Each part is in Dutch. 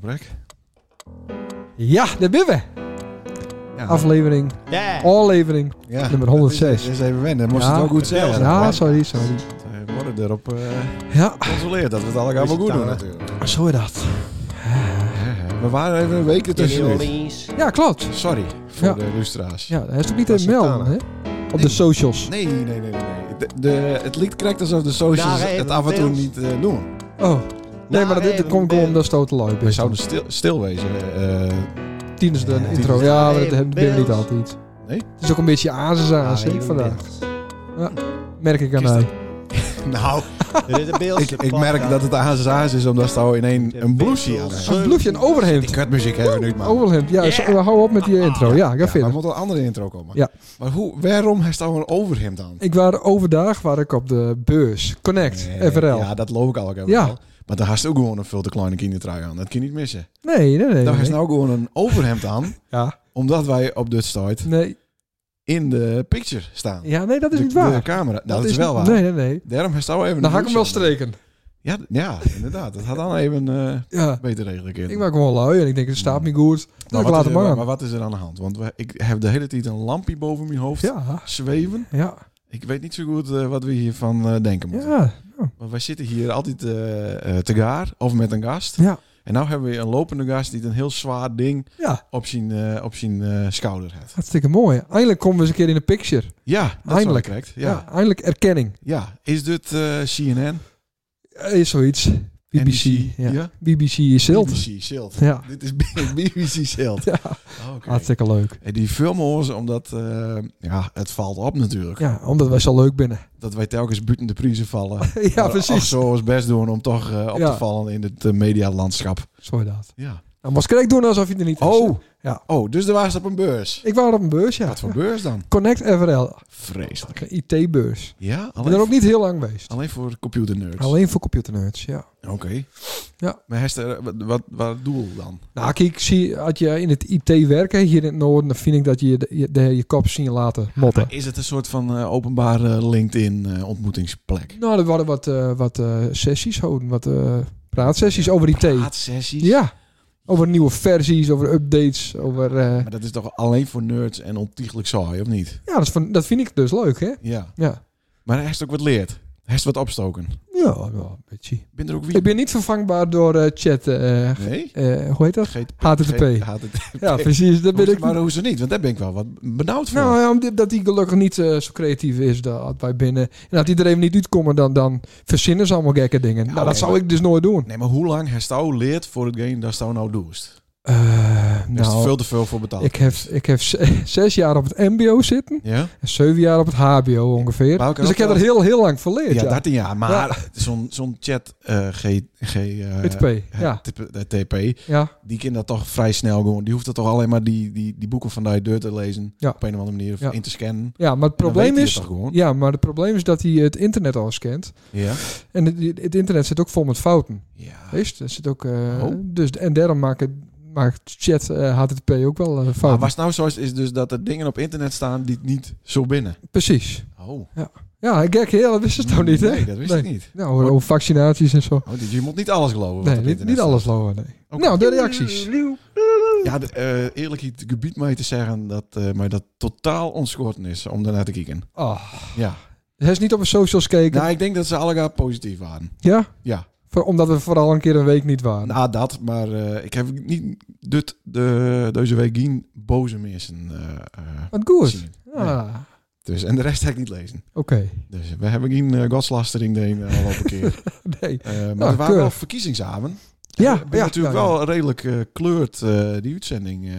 Gebrek. Ja, daar ben we. Ja, Aflevering, Ja. Oh, aflevering. ja, nummer dat 106. is- Dat is even wennen. Dat moest Ja. het ook goed zeggen. Ja, sorry, sorry. eh, We worden erop eh, gecontroleerd Ja, controleerd dat we het allemaal Is het goed doen dan, hè? natuurlijk. zo is dat. We waren even een week ertussenuit. Jullie Ja, klopt. Sorry voor Ja. de illustraties. Ja, dat is toch niet Was te het melden, hè? dan? Op de Nee. socials. Nee, nee, nee, nee. nee. De, de- het liet correct alsof de socials Daar even het af en toe deels. niet eh, doen. Oh, nee, maar dat, dit even komt beeld. gewoon omdat stoten luid We is. zouden stil, stil wezen. eh, Tieners de Ja, intro. tieners. Ja, maar dat Even hebben we niet beeld. altijd. Nee? Het is ook een beetje Ah, azes ik vandaag. Merk ik aan Kies mij. nou, Dit is de beeldste ik, ik merk dat het ASA's is omdat ze al in één een blouseje aan hebben. Een bloesje, een overhemd. Die kutmuziek hebben we nu, man. Overhemd, ja. Yeah. zo- we Hou op met die intro. Ja, ik Ja, ga maar er verder. moet een andere intro komen. Ja. Maar hoe, waarom heeft hij een overhemd aan? Ik was overdag waar ik op de beurs. Connect, Nee, FRL. Ja, dat loop ik al. Ik Ja. ja. Maar daar had ze ook gewoon een veel te kleine kindertrui aan. Dat kun je niet missen. Nee, nee, nee. daar nee. heeft nou gewoon een overhemd aan. Ja. Omdat wij op dit start Nee, in de picture staan. ja, nee, dat is de, niet waar. De camera. Nou, dat, is wel waar. Nee, nee, nee. Daarom heeft nou even Dan ga een ik hem wel blouse aan. streken. Ja, d- ja, inderdaad. Dat had dan even eh, Ja. beter regelen kunnen. Ik maak hem wel lui en ik denk, het staat niet goed. Dan maar, ik wat laat is hem er, aan. maar wat is er aan de hand? Want we- ik heb de hele tijd een lampje boven mijn hoofd Ja, zweven. ja, Ik weet niet zo goed eh, wat we hiervan eh, denken moeten. ja. Want wij zitten hier altijd eh, eh, te gaar of met een gast. Ja, En nou hebben we een lopende gast die een heel zwaar ding ja. op zijn, eh, op zijn eh, schouder heeft. Hartstikke mooi. Eindelijk komen we eens een keer in de picture. Ja, dat Eindelijk. is wel correct. Ja. Ja. eindelijk erkenning. ja, is dit eh, CNN? Eh, Is zoiets. BBC. Ja. BBC is zilt. BBC Silt. Ja. Dit is BBC Silt. Ja, Oh, oké. hartstikke leuk. En die filmen ons omdat eh, ja, het valt op natuurlijk. Ja, omdat wij zo leuk binnen. Dat wij telkens buiten de prijzen vallen. ja, Maar Oh, ach, precies. zo ons best doen om toch eh, op Ja. te vallen in het eh, medialandschap. Zo dat. Ja. Nou, moest ik doen alsof je er niet was. Oh, Ja. oh, dus er was op een beurs. Ik was op een beurs, ja. Wat voor beurs dan? Connect FRL. Vreselijk. Een IT-beurs. Ja, Ik ben er alleen, ook niet heel lang geweest. alleen voor computernerds. Alleen voor computernerds, ja. Oké. Ja. Maar Hester, wat, wat, wat doel dan? Nou, kijk, zie, als je in het IT werkt, hè, hier in het noorden, dan vind ik dat je de, je, de- je kop zien laten motten. Is het een soort van eh, openbare eh, LinkedIn-ontmoetingsplek? Nou, er waren wat, eh, wat eh, sessies houden, wat eh, praatsessies over IT. Praatsessies? Ja, over nieuwe versies, over updates, over... eh, Maar dat is toch alleen voor nerds en ontiegelijk saai, of niet? ja, dat, is van, dat vind ik dus leuk, hè? Ja. Ja. Maar Hester ook wat leert. Hester wat opstoken. Ja, wel een beetje. Ben er ook wie? Ik ben niet vervangbaar door eh, chat, eh, Nee? eh, hoe heet dat? GTP. HTTP. HTTP. Ja, precies, dat ben ik... Maar hoezo niet? Want daar ben ik wel wat benauwd voor. Nou ja, omdat- dat hij gelukkig niet eh, zo creatief is dat wij binnen. En dat iedereen niet uitkomen, dan, dan verzinnen ze allemaal gekke dingen. nou, nee, dat zou maar- ik dus nooit doen. Nee, maar hoe lang Hester leert voor hetgeen dat Stouw nou doest? Eh, Daar is er nou, veel te veel voor betaald. ik heb, ik heb z- zes jaar op het MBO zitten Ja? en zeven jaar op het HBO ongeveer. Maar ook- dus ik heb ook- er heel, heel lang voor Ja, geleerd. Ja, 13 jaar. Maar zo'n zo'n chat eh, G... G eh, Het P, ja. TP, eh, TP, ja, die kinderen toch vrij snel gewoon. Die hoeft dat toch alleen maar die, die, die boeken van die deur te lezen. Ja. Op een of andere manier. Of Ja. in te scannen. En ja, maar het dan weet probleem hij het is... toch gewoon. Ja, maar het probleem is dat hij het internet al scant. Ja. En het, het internet zit ook vol met fouten. Ja. Weet je? Er zit ook, eh, Oh. dus, en daarom maakt, maakt chat eh, HTTP ook wel eh, Maar fouten. was nou zo is, is dus dat er dingen op internet staan die het niet zo binnen. Precies. Oh. Ja, gek, heel, dat wist het nou niet, hè? Nee, dat wist ik niet. Nou, over vaccinaties en zo. Oh, dit- je moet niet alles geloven. Nee, wat op niet, internet niet alles lopen, nee. Oké. Nou, de reacties. staat. Ja, de- eh, eerlijk het gebied mij te zeggen dat eh mij dat totaal ontschoten is om daarnaar te kijken. Ah, Ja. Hij is niet op de socials gekeken. Nou, ik denk dat ze allemaal positief waren. Ja? Ja. Voor, omdat we vooral een keer een week niet waren. Na Ah, dat, maar eh, ik heb niet dit, de, deze week geen boze mensen eh, eh, Wat goed. zien. Ah, Dus, en de rest heb ik niet lezen. oké. Dus we hebben geen eh, godslastering de een eh, al op een keer. Nee. Eh, maar Nou, er waren wel keurig. verkiezingsavond. Ja, Ik ben ja, natuurlijk ja, ja. wel redelijk eh, kleurt eh, die uitzending eh,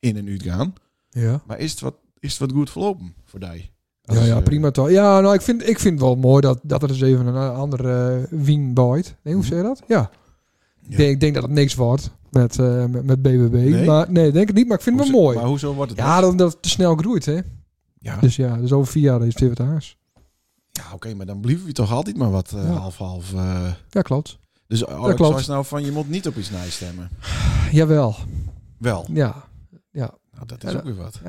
in en uit gaan. Ja. Maar is het wat, is het wat goed verlopen voor die? Dus, eh, Ja, ja, prima toch. Ja, nou, ik vind, ik vind het wel mooi dat, dat er eens even een eh, andere eh, wien bijt. Nee, hoe Mhm. zeg je dat? Ja. Ja. Ik, denk, ik denk dat het niks wordt met, eh, met, met BBB. Nee? Maar nee, denk het niet, maar ik vind het wel mooi. Maar hoezo wordt het? Ja, omdat het te snel groeit, hè? ja. Dus ja, dus over vier jaar is het weer wat haars. Ja, oké, maar dan blijven we toch altijd maar wat Ja. half-half. eh Ja, klopt. dus oh, Dat ik klopt. zou eens nou van je moet niet op iets nijs stemmen. Jawel. Wel, Ja. nou, dat Ja, is dat- ook weer wat.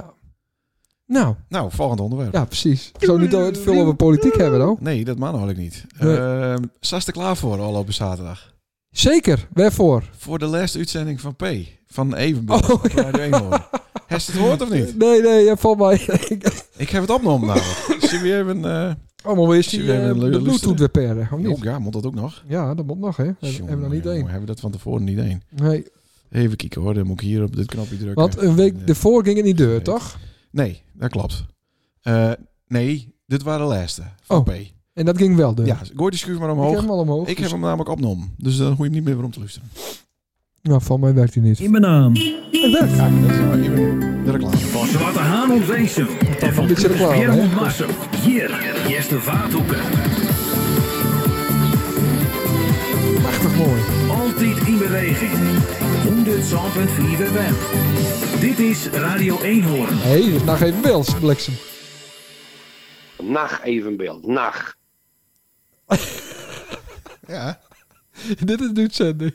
Nou, Nou, volgend onderwerp. ja, precies. Zo niet te veel over politiek hebben, hoor. Nee, dat mag eigenlijk nou niet. Nee. Ehm, Sta je er klaar voor al op zaterdag? Zeker, waarvoor? Voor de laatste uitzending van P. Van Evenburg. Oh, van Radio Eenhoorn. Heb je het gehoord of niet? nee, nee, ja, van mij. Ik- Ik heb het opgenomen namelijk. Zie je even... eh, Allemaal weer die, Zullen we eh, even lu- de luisteren? Bluetooth weer peren, of oh niet? ja, moet dat ook nog? Ja, dat moet nog, hè. We hebben er nog niet Jongen, één. jongen, Hebben we dat van tevoren niet één? Nee, Even kijken hoor, dan moet ik hier op dit knopje drukken. want een En, week eh, ervoor ging het niet deur, nee. toch? Nee, dat klopt. Eh, nee, dit waren de laatste van Oh, P. En dat ging wel deur. Ja, gooi die schuur maar ik heb omhoog. hem al omhoog. Ik heb hem namelijk opgenomen, dus dan hoef je hem niet meer weer om te luisteren. Nou, van mij werkt hij niet. In mijn naam. Het werkt. Ja, dat is nou even de reclame. Van Zwarte Haan ontvang ze. En van Een beetje reclame, Peer hè? ontmaak ze. Hier, Jeste Vaathoeken. Prachtig mooi. Altijd in beweging. 100.4 FM. Dit is Radio 1 horen. Hé, hey, nou geen wils, bliksem. Nacht evenbeeld, nacht. Ja, Dit is de uitzending.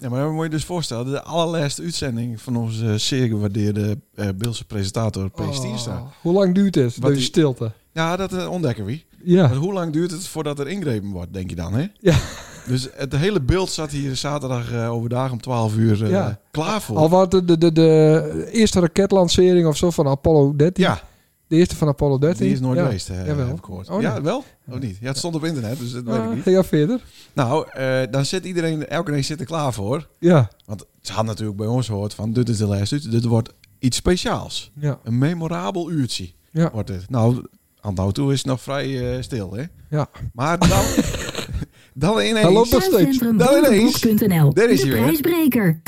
ja maar dan moet je dus voorstellen, de allerlaatste uitzending van onze eh, zeer gewaardeerde eh Beelse presentator P. Stiersta. Oh, Hoe lang duurt dit? Wat Deze is- stilte. Ja, dat eh, ontdekken we. Maar Ja. hoe lang duurt het voordat er ingrepen wordt, denk je dan, hè? Ja. Dus het hele beeld zat hier zaterdag eh, overdag om 12 uur eh, Ja. klaar voor. Al wat de, de, de, de eerste raketlancering of zo van Apollo 13. ja, De eerste van Apollo 13. die is nooit ja. geweest, eh, Jawel. heb ik gehoord. Oh, nee. Ja, wel? Of niet? Ja, het stond op internet, dus dat weet ik Ah, niet. ga jij verder? Nou, eh, dan zit iedereen, elke dag zit er klaar voor. Ja. Want ze hadden natuurlijk bij ons gehoord van, dit is de les, dit wordt iets speciaals. Ja. Een memorabel uurtje Ja. wordt het. Nou, aan nou toe is het nog vrij eh, stil, hè? Ja. Maar dan, dan ineens... Nou Hallo, Bas. Tuincentrum Daar ineens. Boerenbroek.nl. Daar is De hij weer. prijsbreker.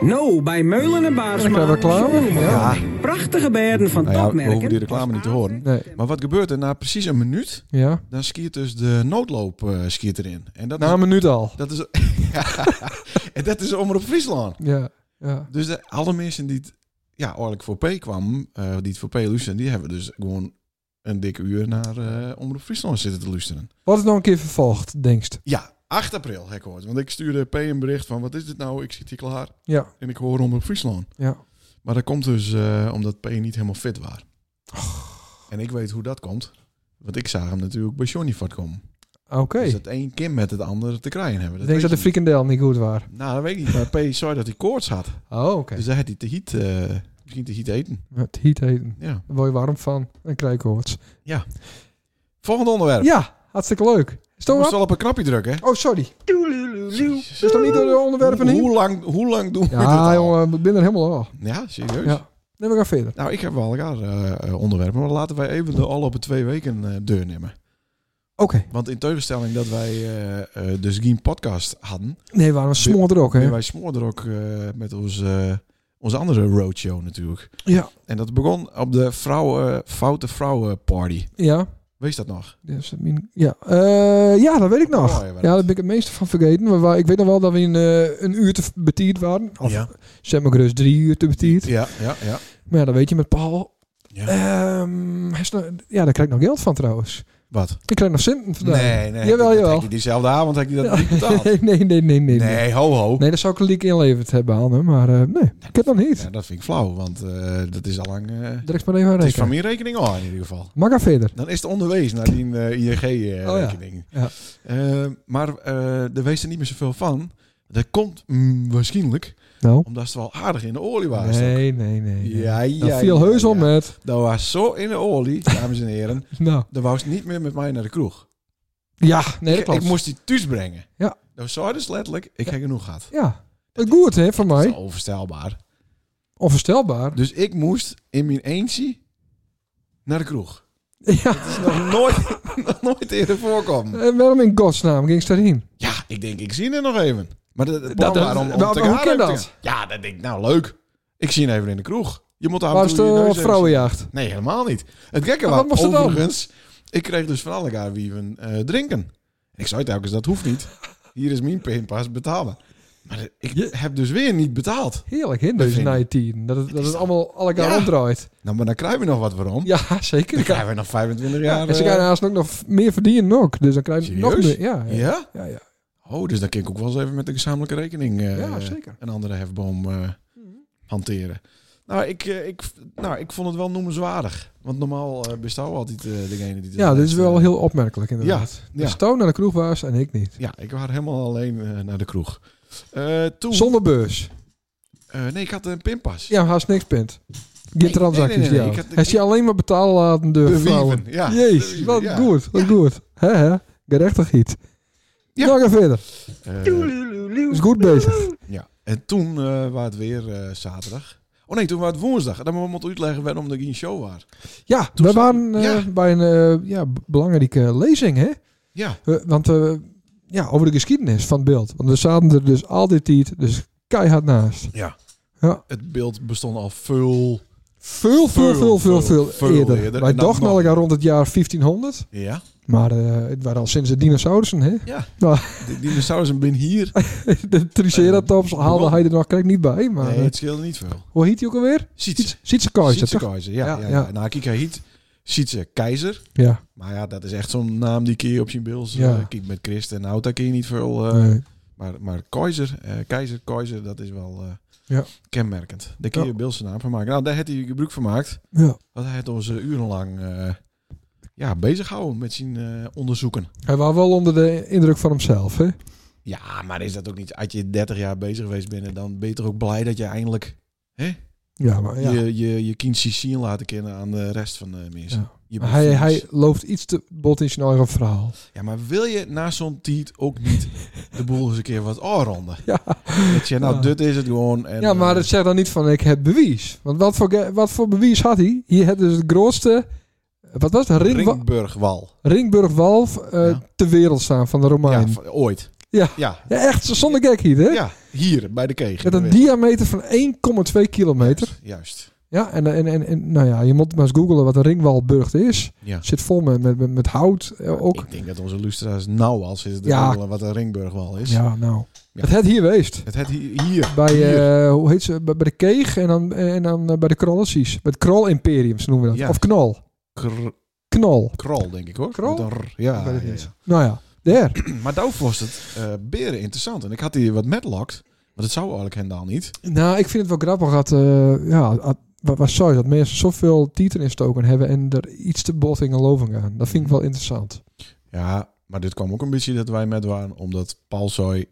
Nou, bij Meulen en Baarsma. Dan zijn we klaar. Ja. Ja, Prachtige beerden van nou ja, we hoeven topmerken. die reclame niet te horen. Nee. Maar wat gebeurt er? Na precies een minuut, Ja. dan schiet dus de noodloop eh, schiet erin. En dat Na is... een minuut al. Dat is, en dat is Omroep Friesland. Ja. Ja. Dus de, alle mensen die het, ja, eigenlijk voor P kwamen, eh, die het voor P luisteren, die hebben dus gewoon een dikke uur naar eh Omroep Friesland zitten te luisteren. Wat is nog een keer vervolgd, denkst? Ja, 8 april heb ik gehoord. Want ik stuurde P een bericht van, wat is dit nou? Ik zit hier klaar Ja. en ik hoor Omroep Friesland. Ja. Maar dat komt dus eh, omdat P niet helemaal fit was. Oh. En ik weet hoe dat komt. Want ik zag hem natuurlijk bij Johnny Fat komen. Oké. Dus dat één kind met het andere te krijgen hebben. Dat Ik denk weet dat de je niet. frikandel niet goed waren. Nou, dat weet ik niet. Maar P zei dat hij koorts had. Oh, oké. Dus dan had hij te heat, eh, misschien te heat eten. Het heat heten. Ja. Daar word je warm van. En krijg je koorts. Volgende onderwerp. Ja. Hartstikke leuk. Je Stom moest op. wel op een knopje drukken. hè? Oh, sorry. Is toch niet door de onderwerpen Hoe, heen? hoe lang, hoe lang doen we dit Ja, al? jongen, ik ben er helemaal af. Ja, serieus? Ja. Neem we gaan verder. Nou, ik heb wel elkaar eh, eh, onderwerpen, maar laten wij even de alle op twee weken eh, deur nemen. Oké. Want in tegenstelling dat wij eh, eh, dus geen podcast hadden, Nee, waarom smoort er ook, zijn hè? wij smoorden ook eh, met onze, eh, onze andere roadshow natuurlijk. Ja. En dat begon op de vrouwen, Foute Vrouwen Party. Ja. Wees dat nog? Dus, dat min- ja. Eh, ja, dat weet ik nog. Oh, ja, wel. Ja, daar ben ik het meeste van vergeten. Maar waar- ik weet nog wel dat we in eh, een uur te betierd waren. Of Ja. zeg maar gerust drie uur te betierd. Ja, ja, ja. Maar ja, dat weet je met Paul. Ja. Ehm, hij is nog- ja, daar krijg ik nog geld van trouwens. Wat? Ik krijg nog centen vandaag. Nee, nee. Jawel, dat jawel. heb je diezelfde avond heb je dat Ja. niet betaald. nee, nee, nee, nee, nee. Nee, Nee, ho, ho. Nee, dat zou ik liek inleverd hebben aan hem. Maar eh, nee, ik heb dat niet. Ja, dat vind ik flauw, want eh, dat is al lang. Direct maar even aan het is van rekenen. mijn rekening al in ieder geval. Mag ik verder? Dan is het onderwezen naar die eh, Oh ja. ING-rekening. Ja. maar eh er wees er niet meer zoveel van. Dat komt mm, waarschijnlijk Nou. omdat ze wel aardig in de olie waren. Nee, nee, nee. nee. Ja, Dat ja, viel ja, heus ja. om met. Dat was zo in de olie, dames en heren. Nou. Dan wou ze niet meer met mij naar de kroeg. Ja, nee, dat Ik, klopt. ik moest die thuis brengen. Ja. Dan zei dus letterlijk, ik heb genoeg gehad. Ja. Het goed, hè, van Dat is mij. onvoorstelbaar. Onvoorstelbaar. Dus ik moest in mijn eentje naar de kroeg. Ja. Dat is nog nooit, nog nooit eerder voorkomen. En waarom in godsnaam ging ze daarheen? Ja, ik denk, ik zie er nog even. Maar de, de Dat- plan dat- waarom om waarom- te hoe gaan kan heb ik te dat? gaan. Ja, dan denk ik, nou leuk. Ik zie hem even in de kroeg. Je moet daar Waar is de ja. vrouwenjacht? Nee, helemaal niet. Het gekke Maar was, wat moest er dan? overigens, ik kreeg dus van alle elkaar wieven eh drinken. Ik zei telkens, dat hoeft niet. Hier is mijn pinpas, betalen. Maar de- ik heb dus weer niet betaald. Heerlijk, hè, deze vind- 19. Dat het, dat het allemaal alle elkaar Ja. omdraait. Nou, maar dan krijgen we nog wat waarom. Ja, Dan zeker. krijgen we nog 25 jaar. en ze eh, gaan haast ook nog meer verdienen ook. Dus dan krijg je nog Serieus? meer. Ja, ja. ja? ja, ja. Oh, dus dan kan ik ook wel eens even met de gezamenlijke rekening eh, Ja, zeker. een andere hefboom eh, hanteren. Nou ik, eh, ik, nou, ik vond het wel noemenswaardig. Want normaal eh bestouw altijd eh, degene die... het Ja, dit is best, eh, wel heel opmerkelijk Ja, inderdaad. ja. Dus Toon naar de kroeg was en ik niet. ja, ik was helemaal alleen eh, naar de kroeg. Eh, toen... Zonder beurs. eh, nee, ik had een pinpas. Ja, haast niks punt. Geen nee, transacties nee, nee, die ik had. had- Als je alleen maar betalen laten de Bewieven, vrouwen. ja. Jezus, Bewieven, wat ja. goed, wat goed. Hè, hè? Gerechtig iets. Ja. Nou, ga verder. Eh, Is goed bezig. ja. En toen eh was het weer eh, zaterdag. Oh nee, toen was het woensdag. Dan moet ik uitleggen waarom er geen show was. Ja, Toen we zat- waren eh, Ja. bij een eh, ja, b- belangrijke lezing, hè? Ja, We- want eh, ja, over de geschiedenis van het beeld. Want we zaten er dus al die tijd, dus keihard naast. ja. Ja. Het beeld bestond al veel... Veel, veel, veel, veel, veel, veel eerder. eerder. Wij En dan dachten nog- al rond het jaar 1500. Ja. Maar eh, het waren al sinds de dinosaurussen, hè? Ja. Nou. De dinosaurussen ben hier. De Triceratops haalde hij er nog kijk niet bij. Maar Nee, eh, het scheelde niet veel. hoe heet hij ook alweer? Sietse. Sietse Keizer, Sietse toch? Keizer, ja. Ja, ja, ja, ja. Nou, kijk, hij heet Sietse Keizer. Ja. Maar ja, dat is echt zo'n naam die keer op zijn bils. Ja. eh, kijk, met Christ en Oud, daar kun je niet veel... eh, nee. Maar, maar Keizer, eh, Keizer, Keizer, dat is wel eh, Ja. kenmerkend. Daar kun je Ja. Bils naam van maken. Nou, daar heeft hij gebruik van gemaakt. ja. Want hij heeft ons eh, urenlang eh ja, bezighouden met zijn eh, onderzoeken. Hij was wel onder de indruk van hemzelf, hè? Ja, maar is dat ook niet... Als je 30 jaar bezig geweest bent, dan ben je toch ook blij dat je eindelijk... Hè? Ja, maar ja. je, je, je kind zich zien laten kennen aan de rest van de mensen. Ja. Je Maar hij, bent hij vies. loopt iets te bot in zijn eigen verhaal. Ja, maar wil je na zo'n tijd ook niet de boel eens een keer wat afronden? Ja. Dat je, nou, Ja. dit is het gewoon. En, ja, maar eh, het zegt dan niet van ik heb bewijs. Want wat voor, ge- wat voor bewijs had hij? Hier had dus het grootste, wat was het? Ringwa- Ringburgwal. Ringburgwal eh, Ja. ter wereld staan van de Ja, Romein. Ja, van- ooit. Ja. Ja. echt, zonder gek hier, hè? Ja, hier, bij de kegel. Met een diameter van 1,2 kilometer. Juist. Ja, en, en, en, en nou ja, je moet maar eens googlen wat een ringwalburg is. Ja. Zit vol met, met, met, met hout eh, ook. Ik denk dat onze nou lustra's nauw als is Ja. ja. wat een ringburgwal is. Ja, nou. Ja. Het had hier geweest. Het het hier. hier. Bij, hier. eh, hoe heet ze? Bij, bij de Keeg en dan, en dan eh, bij de Krollensies. Bij het Krol Imperium, ze noemen we dat. Ja. Of Knol. Kr- Knol. krol, denk ik hoor. Krol? Met een r. Ik Ja, ja, weet het niet. ja. Nou ja, daar. Maar daar was het eh, beren interessant. En ik had hier wat metlokt. Want het zou eigenlijk hendaal niet. Nou, ik vind het wel grappig dat, eh, ja, dat- wat, wat zou je dat mensen zoveel tieten in stoken hebben en er iets te bot in geloven gaan. Dat Mhm. vind ik wel interessant. Ja, maar dit kwam ook een beetje dat wij met waren, omdat Paul zei,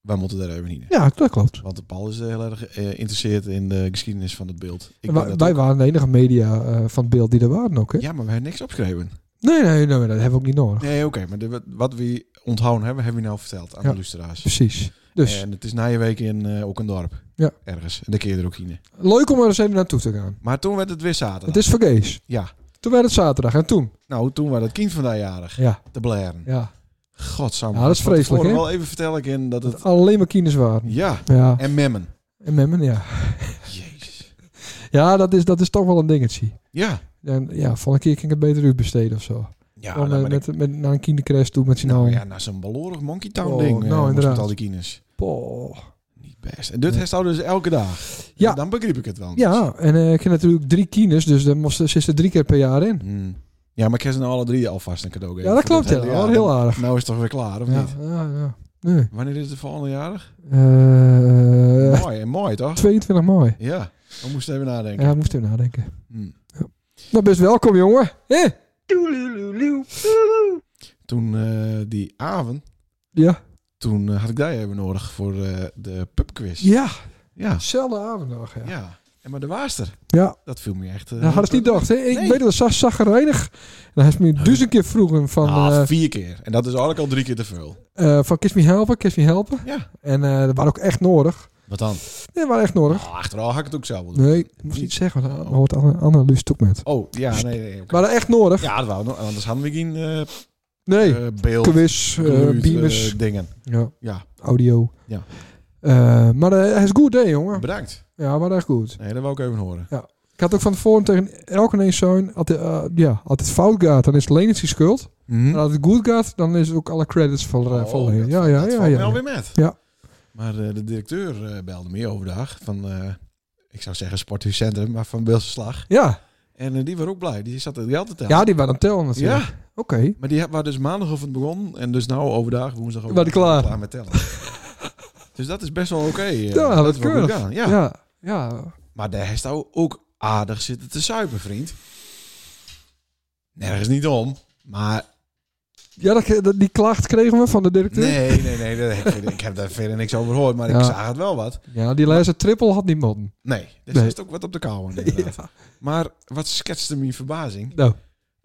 wij moeten daar even niet in. Ja, dat klopt. Want Paul is heel erg eh, geïnteresseerd in de geschiedenis van het beeld. Ik Wa- ben dat wij ook. waren de enige media eh, van het beeld die er waren ook, hè? Ja, maar we hebben niks opgeschreven. Nee, nee, nee, nee, dat hebben we ook niet nodig. Nee, oké, maar de- wat- wat we onthouden hebben, hebben we nou verteld aan Ja. de luisteraars. Precies. Dus En het is na je week in eh, ook een dorp. Ja. Ergens. En dan keer je er ook in. leuk om er eens even naartoe te gaan. Maar toen werd het weer zaterdag. Het is vergees. Ja. Toen werd het zaterdag en toen. Nou, toen was dat kind van dat jarig. Ja, Te blaren. ja. Godsamme. Ja, dat is Van vreselijk, tevoren hè? wel even vertel ik in dat het... Alleen maar kines waren. Ja. Ja, En memmen. en memmen, ja. Jezus. Ja, dat is, dat is toch wel een dingetje. Ja. En ja, volgende keer kan ik het beter uitbesteden of zo. Ja, Dan, nou, eh, maar met, met, naar een kindercrash toe met z'n Nou allen. ja, nou zo'n balorig Monkey Town Oh, ding. eh, nou, moest inderdaad. Met al die kines. Poh. Niet best. En dit Nee. nee. dus elke dag. Ja. En Dan begreep ik het wel. Ja, en eh, ik heb natuurlijk drie kines, dus daar moesten ze er drie keer per jaar in. Hmm. Ja, maar ik heb ze nou alle drie alvast een cadeau geven. Ja, dat klopt. Ja, Voor dit hele wel jaar. heel aardig. Nou is het toch weer klaar, of Ja, niet? ja, ja. Nee. Wanneer is de volgende jarig? Eh, Mooi, en mooi toch? 22 mei. Ja, we moesten even nadenken. Ja, moest even nadenken. Hmm. Nou, best welkom, jongen. Eh? Toen eh, die avond, Ja. toen eh, had ik daar even nodig voor eh, de pubquiz. Ja, Ja. dezelfde avond nog, ja. ja. Ja, En maar de waarster, dat viel me echt... eh, dat hadden ze niet gedacht. hè? Ik Nee. weet dat Sas zag er weinig. En hij is me duizend keer vroegen van... Nou, eh, vier keer. En dat is eigenlijk al drie keer te veel. eh, van kiss me helpen, kiss me helpen. Ja. En eh, dat waren ook echt nodig. Wat dan? Nee, dat waren echt nodig. Nou, achteraf had ik het ook zelf wel doen. Nee, ik moest niet zeggen, want dan hoort Anne, Anne Luus het ook met. Oh, ja, nee, nee. oké. Maar dat echt nodig? Ja, dat wou ik nog. Anders hadden we geen eh, nee. eh, beeld, Quiz, eh, geluid, beamers, eh, dingen. ja, Ja, audio. Ja. Eh, maar eh, hij is goed, hè, jongen? bedankt. Ja, maar echt goed. Nee, dat wou ik even horen. Ik had ook van tevoren tegen elke een zijn, als het, eh, ja, als het fout gaat, dan is het Lenert zijn schuld. En als het goed gaat, dan is het ook alle credits van, eh Hm? Oh, van Lenert. dat- Mhm. Ja, ja, dat ja. valt me ja, alweer met. Ja. Maar eh, de directeur eh, belde me overdag van, eh, ik zou zeggen sporthuiscentrum, maar van Beelse Slag. Ja. En eh, die was ook blij. Die zat het geld te tellen. ja, die waren aan het tellen natuurlijk. Ja, Oké. maar die was dus maandag of het begon. En dus nou overdag, woensdag Waren die overdag, klaar? met tellen. dus dat is best wel oké. eh, is Ja, dat wel goed keurig. gedaan. Ja. Ja. ja. Maar daar heeft hij ook aardig zitten te zuipen, vriend. Nergens niet om. Maar Ja, dat, dat- die klacht kregen we van de directeur. nee, nee, nee. dat heb ik, ik heb daar verder niks over gehoord, maar Ja. ik zag het wel wat. Ja, die lijzer triple had niet motten. Nee, er Nee. zit ook wat op de kouwen. inderdaad. Maar wat schetste mijn verbazing? Nou,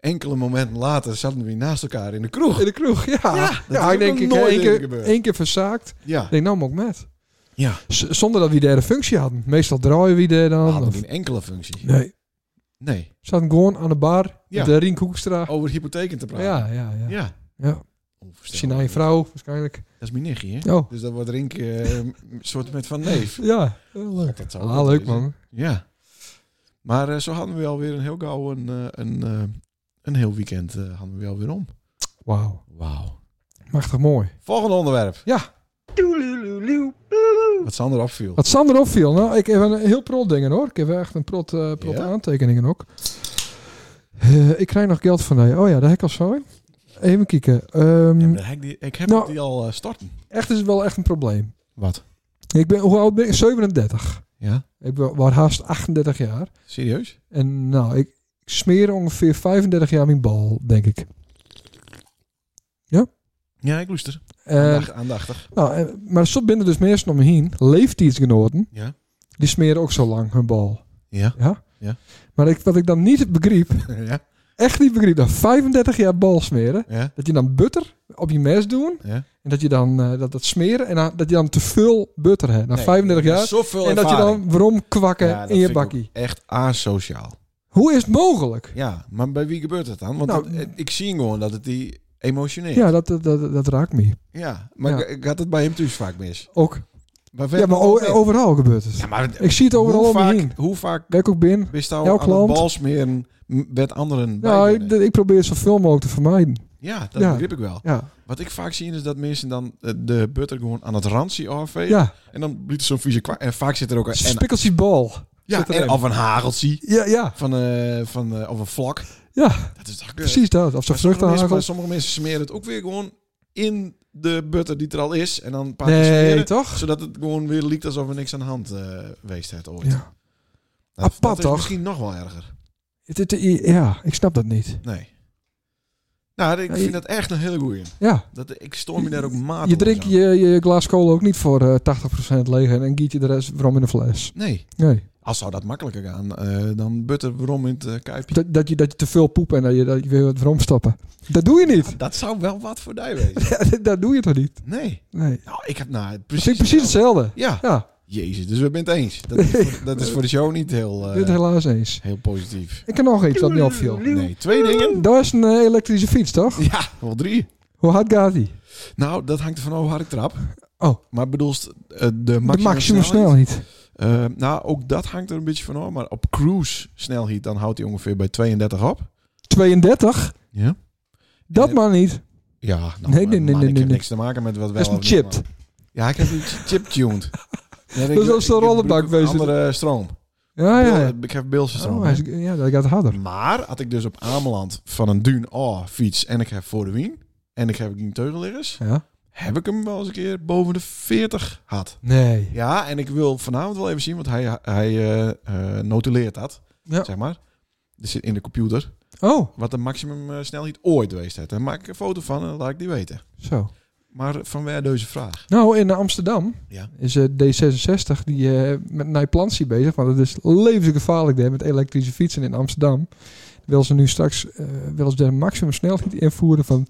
Enkele momenten later zaten we weer naast elkaar in de kroeg. in de kroeg, ja. Ja, dat is ook ik denk, nog ik nooit heb één eerder keer, gebeurd. één keer verzaakt. Ja, Ik denk, nou moet ik met. ja. Z- zonder dat we die derde functie hadden. Meestal draaien we die We dan. hadden of- geen enkele functie. Nee. Nee, Zaten gewoon aan de bar. Ja. Op de Rien Koekstra. over hypotheken te praten. ja, ja, ja. ja. ja. Misschien aan je vrouw, waarschijnlijk. Dat is mijn nichtje, hè? Oh, Dus dat wordt Rink eh, een soort met van neef. ja. Heel leuk. Dat zou Ah, wel leuk wezen. man. Ja. Maar eh, zo hadden we alweer een heel gauw een, eh, een, eh, een heel weekend eh, hadden we alweer om. Wauw. Wauw. Machtig mooi. Volgende onderwerp. Ja. Wat Sander opviel. Wat Sander opviel. Nou, ik heb een heel prot dingen hoor. Ik heb echt een prot, eh, prot Ja? aantekeningen ook. Eh, ik krijg nog geld van je. Oh ja, dat heb ik al zo. Even kijken. Ehm, Ja, maar dat heb ik die- ik heb Nou. die al eh, starten. Echt is het wel echt een probleem. Wat? Ik ben, hoe oud ben ik? 37. Ja? Ik ben- was haast 38 jaar. Serieus? En nou, ik, ik smeer ongeveer 35 jaar mijn bal, denk ik. Ja, ik luister. En, Aandacht- aandachtig. Eh, nou, en- maar zo binnen dus mensen om me heen, leeftijdsgenoten, Ja. die smeren ook zo lang hun bal. Ja. Ja? Ja. Maar ik, wat ik dan niet begreep, ja. echt niet begreep, dat 35 jaar bal smeren, Ja. dat je dan butter op je mes doen, Ja. en dat je dan eh, dat, dat smeren, en dan- dat je dan te veel butter hebt, na Nee, 35 jaar, Zoveel en dat je ervaring. dan waarom kwakken Ja, dat in je vind ik bakkie. ook Echt asociaal. Hoe is het mogelijk? Ja, maar bij wie gebeurt dat dan? Want Nou, het- het- ik zie gewoon dat het die emotioneert. Ja, dat, dat, dat, dat raakt me. Ja, maar Ja. ik- ik had het bij hem thuis vaak mis. Ook. Maar Ja, verder maar wel o- meer. overal gebeurt het. Ja, maar het- Ik zie het overal hoe om me vaak, heen. hoe vaak Waar ik ook ben. wist jou Jouw aan klant. het bal smeren m- met anderen Ja, bij ik, binnen? ik probeer het zoveel mogelijk te vermijden. Ja, dat Ja. begrijp ik wel. Ja, Wat ik vaak zie is dat mensen dan eh, de butter gewoon aan het randje afvegen. ja. En dan biedt er zo'n vieze kwa- En vaak zit er ook een... En, spikkeltje bal. ja, zit en erin. of een hageltje. Ja, ja, Van, eh, van, eh, of een vlak. ja. Dat is toch Precies dat. Of zo'n Maar sommige, mensen, maar vruchtenhagel. sommige mensen smeren het ook weer gewoon in de butter die er al is. En dan een paar keer Nee, smeren. toch? Zodat het gewoon weer liekt alsof er niks aan de hand eh geweest had ooit. Ja. Dat, Apart, dat is toch? misschien nog wel erger. Het- het- Ja, ik snap dat niet. Nee. Nou, ik Ja, vind je- dat echt een hele goeie. Ja. Dat, ik storm je daar ook maat Je drinkt je, je glas cola ook niet voor eh, 80% leeg en dan giet je de rest waarom in een fles. Nee. Nee. Als zou dat makkelijker gaan, eh, dan butter waarom in het eh, kuipje. Dat, dat, je, dat je te veel poept en dat je, dat je weer wat waarom stoppen. Dat doe je niet. Dat zou wel wat voor die wezen. dat doe je toch niet? Nee. Nee. Nou, ik heb nou Precies, precies... vind ik precies hetzelfde. Ja. Ja, Jezus, dus we zijn het eens. Dat is, voor, dat is voor de show niet heel, eh, dit helaas eens. heel positief. Ik heb nog iets wat me opviel. Nee, twee dingen. Daar is een eh, elektrische fiets, toch? Ja, wel drie. Hoe hard gaat die? Nou, dat hangt er van hoe hard ik trap. Oh. Maar bedoelst eh, de maximum, De maximum snelheid? snelheid. Eh, nou, ook dat hangt er een beetje van af. Maar op cruise snelheid, dan houdt hij ongeveer bij 32 op. 32? Ja? Dat Nee. maar niet. Ja, nou, Nee, nee, maar- nee, maar nee, ik nee, heb nee. niks te maken met wat wel Dat is een of niet, chipped. maar- Ja, ik heb een chip-tuned. Nee, ik- Dat is als een ik- ik rollenbak gebruik een bezig. andere eh, stroom. Ja, ja, ja. Bil- Ik heb Beelse stroom. Oh, hij is- ja, dat gaat harder. Maar had ik dus op Ameland van een duun oh, fiets en ik heb voor de wien en ik heb geen teugeliggers, Ja. heb ik hem wel eens een keer boven de 40 gehad. Nee. Ja, en ik wil vanavond wel even zien, want hij, hij eh, eh, notuleert dat, Ja. zeg maar. Er zit in de computer Oh, wat de maximum eh, snelheid ooit geweest heeft. Daar maak ik een foto van en dan laat ik die weten. zo. Maar vanwaar deze vraag? Nou, in eh, Amsterdam Ja. is eh, D66 die, eh, met Nijplantie bezig. Want het is levensgevaarlijk daar met elektrische fietsen in Amsterdam. Wil ze nu straks eh wil ze de maximum snelheid invoeren van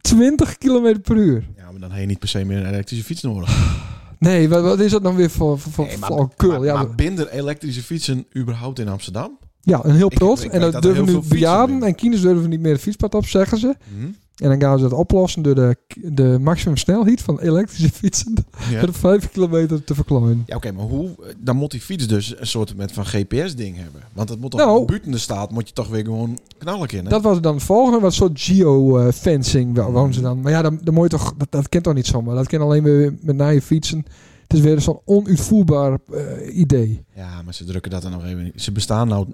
20 km per uur. Ja, maar dan heb je niet per se meer een elektrische fiets nodig. Nee, wat, wat is dat dan weer voor, voor, voor, Nee, voor alcohol? maar, ja, maar we- binder elektrische fietsen überhaupt in Amsterdam? ja, een heel Ik- prot. ik weet En dat dat er durven heel nu veel fietsen bejaarden binnen. en kinderen durven niet meer het fietspad op, zeggen ze. Hm? En dan gaan ze dat oplossen door de, de maximum snelheid van elektrische fietsen Ja. door 5 kilometer te verkleinen. Ja, oké, maar hoe? eh, Dan moet die fiets dus een soort met van GPS-ding hebben. Want het moet toch Nou. buiten de staat, moet je toch weer gewoon knallen kunnen. Dat was dan het volgende, wat soort geofencing wel wonen Mm. ze dan. Maar ja, dan, dan moet je toch, dat, dat kent toch niet zomaar. Dat kan alleen weer met naar je fietsen. Het is weer zo'n onuitvoerbaar eh, idee. Ja, maar ze drukken dat er nog even in. Ze bestaan nou,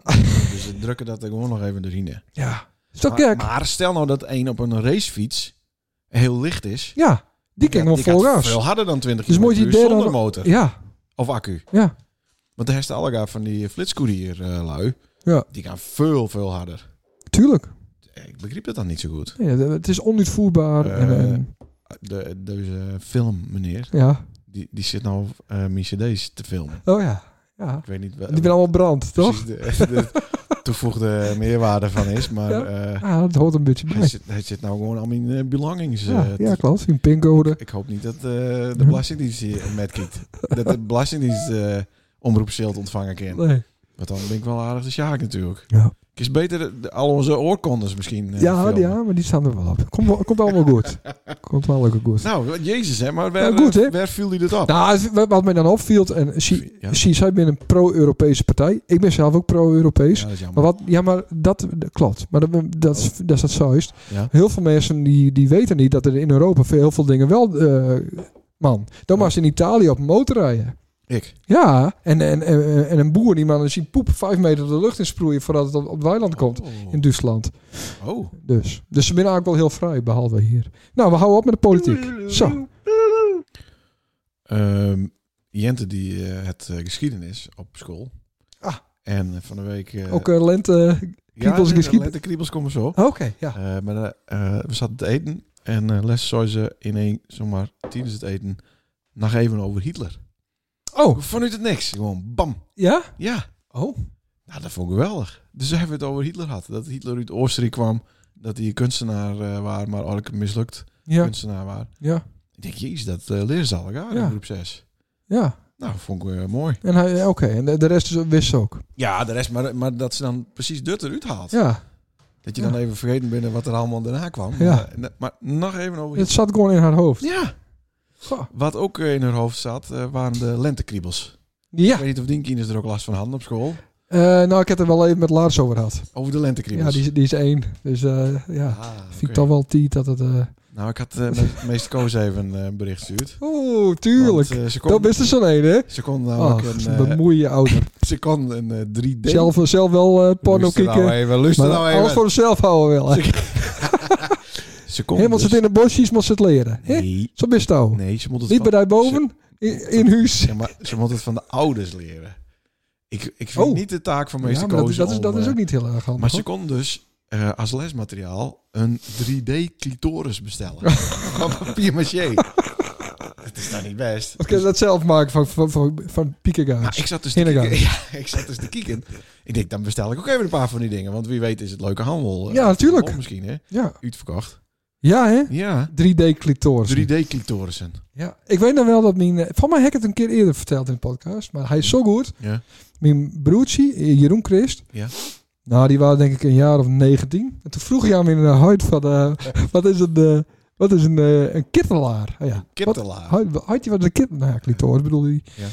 dus ze drukken dat er gewoon nog even erin. hè. Ja. Is toch Maar, gek? maar stel nou dat een op een racefiets heel licht is. Ja, die kan Ja, wel gaat vol gas. Veel harder dan 20 Dus dus moet je moet je daar zonder dan- motor Ja, of accu. ja. Want de herste alle gaan van die flitscourier eh, lui. Ja. Die gaan veel, veel harder. Tuurlijk. Ik begreep dat dan niet zo goed. Nee, dat- het is onuitvoerbaar. en, Eh, en- De, deze film, meneer, ja. die, die zit nou eh mijn cd's te filmen. Oh ja. ja. Ik weet niet wel- Die ben allemaal brand, toch? Eh, precies de, de toevoegde meerwaarde van is. Maar Ja. eh, Ja, dat hoort een beetje hij, bij. zit, hij zit nou gewoon al mijn eh, belongings. Ja, eh, ja te- klopt. Een pincode. ik hoop niet dat eh, de Belastingdienst hier metkiet. dat de Belastingdienst eh omroepschild ontvangen kan. Nee. Want dan ben ik wel aardig de sjaak natuurlijk. Ja. Ik is beter de- de- al onze oorkondes misschien. eh, Ja, filmen. ja, maar die staan er wel op. Komt, wel- komt allemaal goed. Komt wel lekker goed. Nou, jezus hè, maar waar, eh, Ja, goed, hè? waar viel die dat op? Nou, het- wat mij dan opviel, en zie, Ja. zie, zij ben een pro-Europese partij. Ik ben zelf ook pro-Europees. Ja, dat is jammer. Maar wat, ja, maar dat, dat klopt. Maar dat, dat, is, dat is dat zoist. Ja. Heel veel mensen die, die weten niet dat er in Europa veel, heel veel dingen wel... eh, man, dan Ja. was in Italië op motorrijden. Ik. Ja, en, en, en, en een boer die man ziet poep vijf meter de lucht in sproeien voordat het op, op het weiland komt. Oh. In Duitsland. Oh. Dus. dus ze zijn eigenlijk wel heel vrij, behalve hier. Nou, we houden op met de politiek. Zo. Ehm, Jente die eh, het eh, geschiedenis op school. Ah. En eh, van de week... eh, Ook eh, lente... kriebels ja, geschied- De kriebels komen zo. Oké, ja. Eh, maar eh, eh, we zaten te eten en eh, les zou ze in een, zomaar tijdens het eten, nog even over Hitler. Oh, Vanuit het niks. Gewoon bam. ja? Ja. Oh. Nou, dat vond ik geweldig. Dus we hebben het over Hitler gehad. Dat Hitler uit Oostenrijk kwam. Dat hij een kunstenaar eh, was, maar ook een mislukt Ja, kunstenaar was. ja, Ik denk, jezus, dat eh leren ze al elkaar Ja. in groep 6. ja. Nou, vond ik eh, mooi. En hij, oké, en de, de rest is- wist ze ook. Ja, de rest, maar, maar dat ze dan precies dit eruit haalt. Ja, Dat je dan even vergeten bent wat er allemaal daarna kwam. Ja. Maar, eh, maar nog even over het Hitler. zat gewoon in haar hoofd. Ja. Goh. Wat ook eh, in haar hoofd zat, eh, waren de lentekriebels. Ja, Ik weet niet of die kinderen er ook last van hadden op school. Eh, nou, ik heb het wel even met Lars over gehad. Over de Ja, lentekriebels. die, is- die is één. Dus eh, ja, Ah, vind oké. ik toch wel tiet dat het... eh Nou, ik had eh, me- meester Koos even eh, een bericht gestuurd. Oeh, tuurlijk. Want, eh, ze kon, dat is er zo'n één, hè? ze kon namelijk Oh, een, eh, bemoei je ouder. ze kon een eh, 3D... Zelf, zelf wel eh, porno Luister nou kieken. even, luister Maar nou alles even. voor zichzelf houden wel. hè. Ze kon Helemaal dus- zit in de bosjes, moet ze het leren. hè? Nee, Zo best het ook. nee, ze moet het Niet bij van, daarboven, in, in huis. ja, maar ze moet het van de ouders leren. Ik, ik vind Oh. niet de taak van meester Ja, maar dat, Koos is- dat, is, om, dat is eh, ook niet heel erg handig. Maar hoor. ze kon dus eh, als lesmateriaal een 3D-clitoris bestellen. Van papier maché. Het is nou niet best. Of kun je dat zelf maken van, van, van, van piekengaas? Maar ik zat dus te Hinnegaan. kieken. Ja, ik zat dus te kieken. Ik denk, dan bestel ik ook even een paar van die dingen. Want wie weet is het leuke handel. eh, Ja, natuurlijk. of Misschien, hè? Ja. Uitverkocht. ja, hè? Ja, 3D clitoris. 3D-clitorissen. Ja. Ik weet nog wel dat mijn... eh, Van mij heb ik het een keer eerder verteld in de podcast. Maar hij is zo goed. Ja. Mijn broertje, eh, Jeroen Christ. Ja. Nou, die waren denk ik een jaar of 19. En toen vroeg hij aan me in de huid van... eh, wat is een... eh, wat is een, eh, een kittelaar? Ah, ja. Wat- Kittelaar. Huid, huid je wat een kittelaar? Nou ja, clitoris bedoel hij. Ja.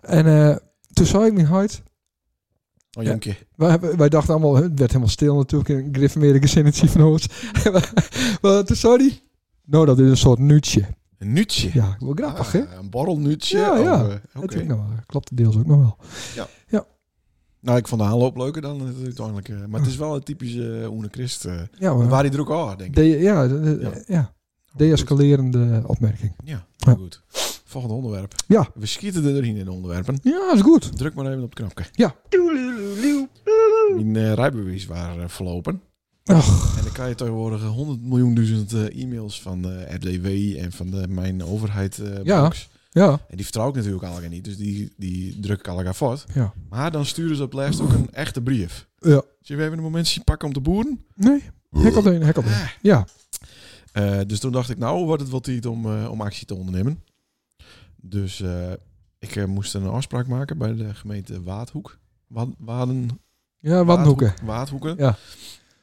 En eh, toen zei ik mijn huid... Oh, jonkje. Wij, hebben- wij dachten allemaal, het werd helemaal stil natuurlijk in een gereformeerde zinnetje van ons. maar toen zei hij, nou dat is een soort nutje. Een nutje. Ja, wel grappig hè? Ah, een borrelnutje. Ja, Oh, ja. eh, Oké. Dat denk ik nou wel. klopt deels ook nog wel. Nou, ik vond de aanloop leuker dan het uiteindelijk. eh, Maar het is wel een typische eh Oene Christ. eh, Oh, Ja, Maar maar- waar die druk aan, denk ik. de, ja, de- de- Ja. Oh, ja. deescalerende opmerking. Ja, Ja. goed. Volgende onderwerp. Ja. We schieten er erin in de onderwerpen. Ja, is goed. Druk maar even op het knopje. Ja. Mijn eh, rijbewijs waren eh, verlopen. Ach, En dan kan je tegenwoordig 100 miljoen duizend eh, e-mails van de RDW en van de, mijn overheid eh Ja. box. ja. En die vertrouw ik natuurlijk allemaal niet, dus die, die druk ik allemaal voort. Ja. Maar dan sturen ze op laatst ook een echte brief. Ja. Zullen we even een momentje pakken om te boeren? Nee, hek op de een, hek op de Ah. een. Ja, Eh, dus toen dacht ik, nou wordt het wel tijd om, eh, om actie te ondernemen. Dus eh, ik eh, moest een afspraak maken bij de gemeente Waadhoek. Wa- Waden, ja wandhoeken. Waadhoek- Waadhoeken. Ja. Oh.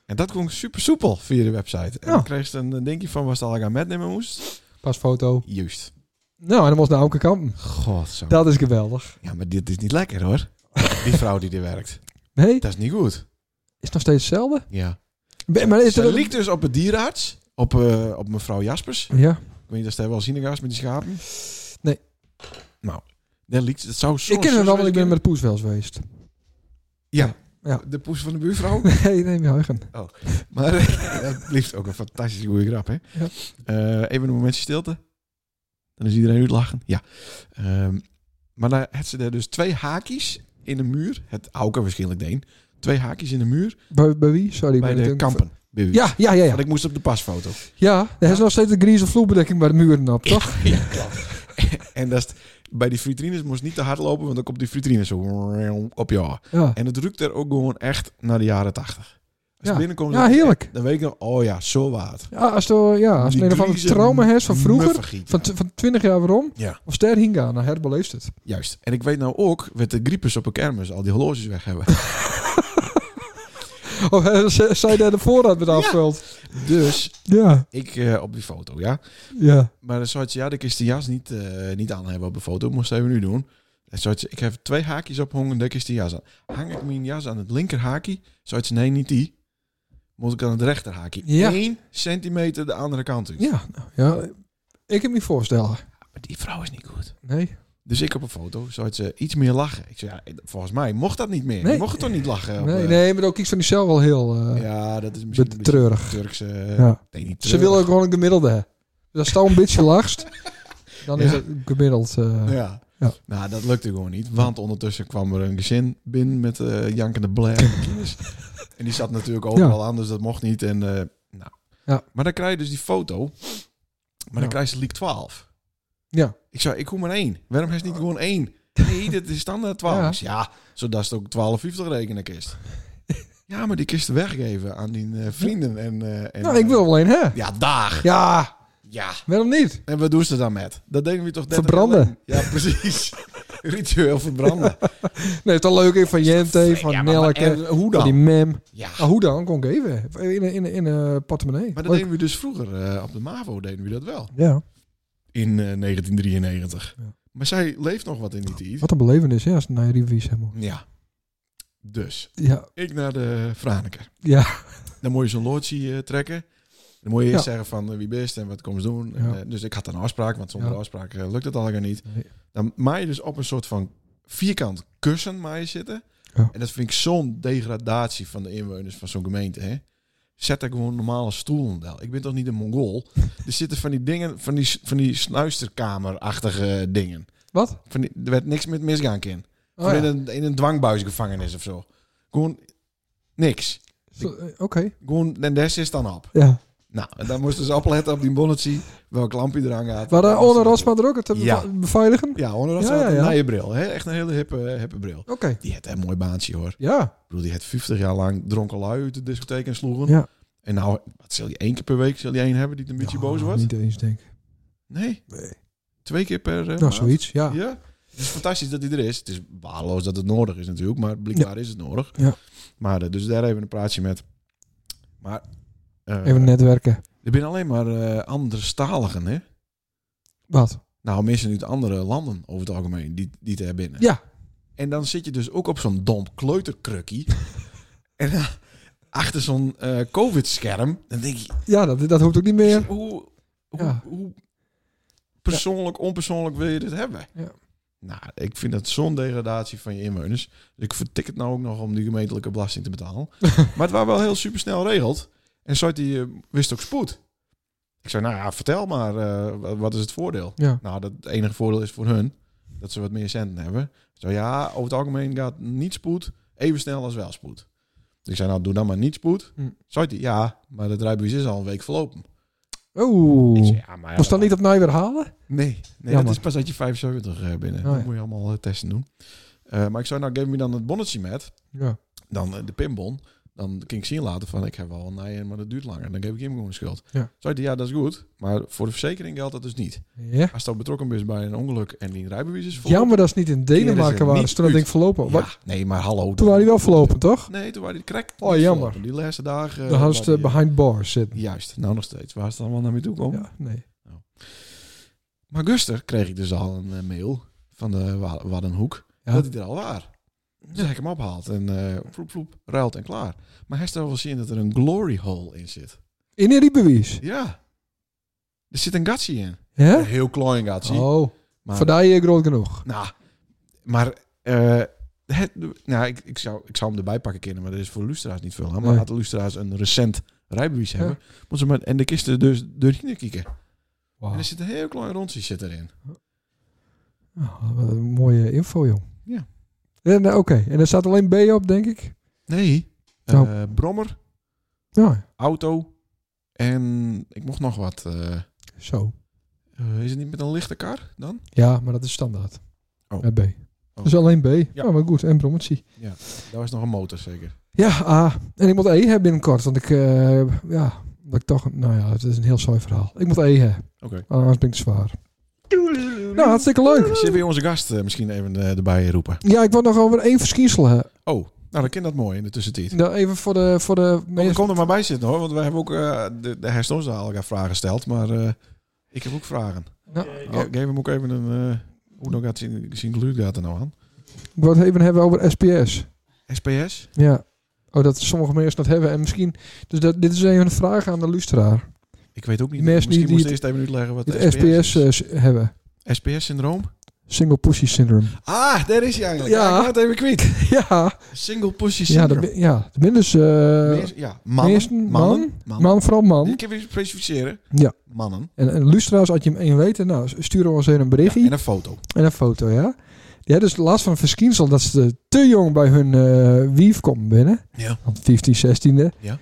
En dat klonk super soepel via de website. En Ja. dan kreeg ze een eh, denkje van was het al aan metnemen moest. Pasfoto. Juist. Nou, en dan was naar Auken Kampen. God zo. Dat is geweldig. Ja, maar dit is niet lekker hoor. Die vrouw die er werkt. Nee, Dat is niet goed. is nog steeds hetzelfde. Ja. Ben- Maar is Ze er... liekt dus op het dierenarts. Op, eh, op mevrouw Jaspers. Ja. Ik weet niet of ze daar wel zien gaat met die schapen. Nee. Nou, dan liekt ze. Het zou zo Ik ken hem wel, want ik ben kunnen- met de poes wel eens geweest. De poes van de buurvrouw. Nee, nee, Huigen. maar eh, dat blijft ook een fantastische goede grap, hè? Ja. Eh, even een momentje stilte. Dan is iedereen nu lachen. Ja. Ehm, Maar dan had ze er dus twee haakjes in de muur. Het Auken waarschijnlijk deen. Twee haakjes in de muur Bij, bij wie? Sorry. bij ben het de ook- kampen. Bij u. Ja, ja, ja. Ja, Want ik moest op de pasfoto. ja er is nog steeds een grieze vloerbedekking bij de muren op, toch? Ja, klopt. en dat is- bij die vitrines moest niet te hard lopen, want dan komt die vitrine zo op jou. Ja. En het ruikt er ook gewoon echt naar de jaren tachtig. Als Ja. je binnenkomt, Ja, dan- heerlijk. Dan weet ik nog, oh ja, zo waard. Ja, als je ja, als Die je een of andere grieze trauma hebt van vroeger, muffigiet, van, ja. tw- van 20 jaar waarom, Ja. of ster hingaan, dan herbeleeft het. Juist. En ik weet nou ook, werd de griepers op een kermis al die horloges weg hebben. Of eh, ze- zij daar de voorraad met afvult. dus Ja, ik eh, op die foto, ja. ja. Maar dan zei ze, ja, ik is de jas niet, eh, niet aan hebben op de foto. Moest even nu doen. En zei ze, ik heb twee haakjes ophangen, daar is de jas aan. Hang ik mijn jas aan het linker haakje? Zei ze, nee, niet die. Moet ik aan het rechter haakje. Ja. Eén centimeter de andere kant uit. Ja, nou, ja. Ik heb me voorstellen. Maar die vrouw is niet goed. Nee. Dus ik op een foto, zei ze, iets meer lachen. Ik zei, ja, eh, volgens mij mocht dat niet meer. Nee. Je mocht toch niet lachen? op, Nee, eh, nee, maar ook iets van die cel wel heel... eh, Ja, eh, dat is misschien Be- een beetje treurig. Turkse. ja. Nee, niet Ze treurig. willen ook gewoon een gemiddelde. hè. Dus als je al een beetje lachst, dan is Ja. het gemiddeld. eh, Ja. Ja. Nou, dat lukte gewoon niet. Want ondertussen kwam er een gezin binnen met eh, jankende blaar en kinders. En die zat natuurlijk overal aan, dus dat mocht niet. En, eh, nou. Ja. Maar dan krijg je dus die foto. Maar Ja. dan krijg je leak 12. Ja. Oh. Ik zei, ik hoef maar één. Waarom heeft niet gewoon één? Nee, dat is standaard 12. Ja. Ja, ja zodat ze ook 12,50 rekenen kist. ja, maar die kist weggeven aan die eh, vrienden. En, eh, en, Nou, ik wil alleen, hè? Ja, daag. Ja, Ja. waarom niet? En wat doen ze dan met? Dat deden we toch... 30 jaar Verbranden. geleden? Ja, precies. Ritueel verbranden. Nee, het is leuk in van Jente, van Ja, maar- Nelke, en hoe van die dan? mem. Ja. Ah, hoe dan? Kon ik even. In, een- in, een- in een portemonnee. Maar dat Leuk. deden we dus vroeger. eh, op de MAVO deden we dat wel. Ja, In eh, 1993. Ja. Maar zij leeft nog wat in die tijd. wat een belevenis, ja, als het naar je revies helemaal. Ja. Dus, Ja, ik naar de Franeker. ja, Dan moet je zo'n loodje eh, trekken. Dan moet je eerst Ja. zeggen van eh, wie best en wat kom ze doen. En, Ja. eh, dus ik had een afspraak, want zonder Ja. afspraak eh, lukt het al niet. Nee. Dan maai je dus op een soort van vierkant kussen maai je zitten. Ja. En dat vind ik zo'n degradatie van de inwoners van zo'n gemeente. Hè? Zet daar gewoon normale stoelen wel. Ik ben toch niet een Mongool? er zitten van die dingen, van die, van die snuisterkamerachtige eh, dingen. wat? Van die, er werd niks met misgaan, kind. Oh, Van ja. in, een, in een dwangbuisgevangenis of zo. Gewoon niks. Zo, eh, Oké, Gewoon, en des is dan op. ja. Nou, en dan moesten ze opletten op die bonnetje, welk lampje eraan gaat. Waar Ja, uh, Onno ze- Rosma er ook het te Ja. beva- beveiligen? Ja, onder Rosma Ja, had ja, ja. een nieuwe bril. Hè? Echt een hele hippe, eh, hippe bril. Oké, Die had een mooi baantje hoor. ja. Ik bedoel, die had 50 jaar lang dronken lui uit de discotheek en sloegen. Ja. En nou, wat zal je één keer per week zal je één hebben die een beetje boos Ja, wordt? Niet eens, denk ik. Nee. Nee. Twee keer per. eh, Nou, maand. zoiets, ja. Ja. Het is fantastisch dat hij er is. Het is waardeloos dat het nodig is natuurlijk, maar blijkbaar is het nodig. Ja. Maar eh, dus daar even een praatje met. Maar. eh, Even netwerken. Er zijn alleen maar eh anderstaligen, hè? Wat? Nou, mensen uit andere landen over het algemeen die, die te hebben. Ja. En dan zit je dus ook op zo'n domp kleuterkrukkie. en eh, achter zo'n eh, COVID-scherm. Dan denk je, Ja, dat, dat hoeft ook niet meer. hoe, hoe, Ja. hoe persoonlijk, onpersoonlijk wil je dit hebben? Ja. Nou, ik vind dat zo'n degradatie van je inwoners. Dus ik vertik het nou ook nog om die gemeentelijke belasting te betalen. maar het was wel heel supersnel regeld. En Soit die eh, wist ook spoed. Ik zei, nou ja, vertel maar, eh, wa- wat is het voordeel? Ja. Nou, dat het enige voordeel is voor hun dat ze wat meer centen hebben. Zo ja, over het algemeen gaat niet spoed even snel als wel spoed. Dus ik zei, nou, doe dan maar niet spoed. Hm. Soit die, ja, maar dat rijbewijs is al een week verlopen. Ik zei, Oeh. ja, maar ja, Was dat niet opnieuw weer halen? Nee, nee dat Jammer. is pas dat je 75 eh, binnen. Oh, dan ja. moet je allemaal eh, testen doen. Eh, maar ik zei, nou, geef me dan het bonnetje met. Ja. Dan eh, de pinbon. Dan kan ik zien later van, ik heb wel een nee, maar dat duurt langer. Dan geef ik hem gewoon de schuld. Ja. Zei hij, ja, dat is goed. Maar voor de verzekering geldt dat dus niet. Ja. Als dat betrokken is bij een ongeluk en die rijbewijs is verloren- Jammer dat ze niet in Keren ze Denemarken waren. niet Toen dat uit. ding verlopen. Ja, Wat? nee, maar hallo. Toen waren die wel verlopen, toch? Nee, toen waren die correct. Oh, niet jammer. verlopen. Die laatste dagen... eh, Dan hadden ze waren het die, eh, behind bars zitten. Juist, nou nog steeds. Waar is het allemaal naar mee toe komen? Ja, nee. Maar Guster kreeg ik dus al een eh, mail van de Wa- Waddenhoek. Ja. Dat hij er al was. Dus heb ik hem ophaalt en eh vloep vloep, ruilt en klaar. Maar hij stelt wel zien dat er een glory hole in zit. In een bewijs. Ja. Er zit een gatsie in. Hè? Een heel klein gatsie. Oh, maar, vandaar je groot genoeg. Nou, maar... eh, het, nou, ik, ik, zou, ik zou hem erbij pakken kunnen, maar dat is voor de lustra's niet veel aan. Maar Nee. laat de lustra's een recent rijbewijs Ja. hebben. Moeten ze maar, en de kisten dus doorheen kieken. Wauw. En er zit een heel klein rondje zit erin. Oh, wat een mooie info, joh. Ja. En, eh, Oké, en er staat alleen B op, denk ik. Nee. Eh, Nou. brommer, Ja, auto en ik mocht nog wat. eh, zo. eh, is het niet met een lichte kar dan? Ja, maar dat is standaard. Oh. Bij B. Dus alleen B. Ja, maar goed. En promotie. Daar was nog een motor zeker. Ja, A. En ik moet E hebben binnenkort. Want ik, eh, ja, dat ik toch... Nou ja, het is een heel saai verhaal. Ik moet E hebben. Oké. Anders ben ik te zwaar. Nou, hartstikke leuk. Zullen we onze gast eh, misschien even eh, erbij roepen? Ja, ik word nog over één verschinsel hebben. Oh, nou dan kan dat mooi in de tussentijd. Nou, even voor de, voor de Kom, meest... kom er maar bij zitten hoor, want wij hebben ook eh, de, de herstelzaal elkaar vragen gesteld, maar eh, ik heb ook vragen. Nou, Oh, geef hem ook even een. eh, hoe nog gaat zien, zien geluid gaat er nou aan? ik word even hebben over SPS. SPS? Ja. Oh, dat sommige mensen dat hebben. En misschien... Dus dat, dit is even een vraag aan de luisteraar. Ik weet ook niet. Die mensen Misschien die- moest die- eerst even uitleggen wat Het de SPS, SPS is. eh, hebben. SPS-syndroom? Single Pussy Syndrome. Ah, daar is hij eigenlijk. Ja. Ja. Ik had het even kwijt. ja. Single pussy Ja, dat, syndrome. ben- ja, dat ben dus... eh, Meest- ja, mannen. meesten- mannen, man? mannen. man, vooral man. Ik heb even specificeren. Ja. Mannen. En, en luisteraars, als je hem één weet, nou, stuur ons even een Ja, berichtje en en, een foto. een foto, ja. Ja, dus last van verschijnsel dat ze te jong bij hun eh wief komen binnen. Ja. Van 15, 16e. Ja.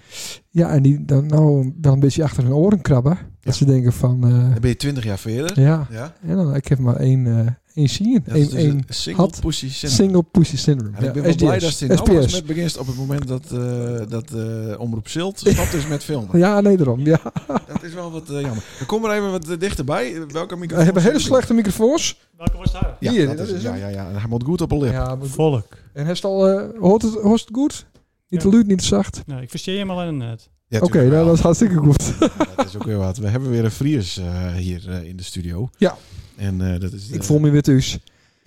Ja, en die dan nou wel een beetje achter hun oren krabben. Dat ze denken van, eh, Dan ben je twintig jaar verder. ja, Ja. en dan ik heb maar één, eh één zien. Dat is Eén, dus een één single had- pussy syndrome. single pussy syndrome. En ik ben ja, wel blij dat SDS, ze nou pas SPS. met begint op het moment dat, eh, dat eh, Omroep Zilt stopt is met filmen. Ja, nee, daarom. Ja. Dat is wel wat eh, jammer. We komen er even wat eh, dichterbij. Eh, Welke microfoon? We hebben hele zit erin? slechte microfoons. Welke was daar? Ja, Hier, dat, dat is, is ja, hem. ja, ja. En hij moet goed op een lip. Ja, maar- Volk. en heeft al, eh, hoort, het, hoort het goed? Niet te Ja. luid, niet te zacht. Nou, ik versteer hem alleen net. Ja, Oké, tuurlijk wel. nou, dat is hartstikke goed. Dat is ook weer wat. We hebben weer een Friers eh, hier eh, in de studio. Ja. En eh, dat is. ik eh, voel me weer thuis.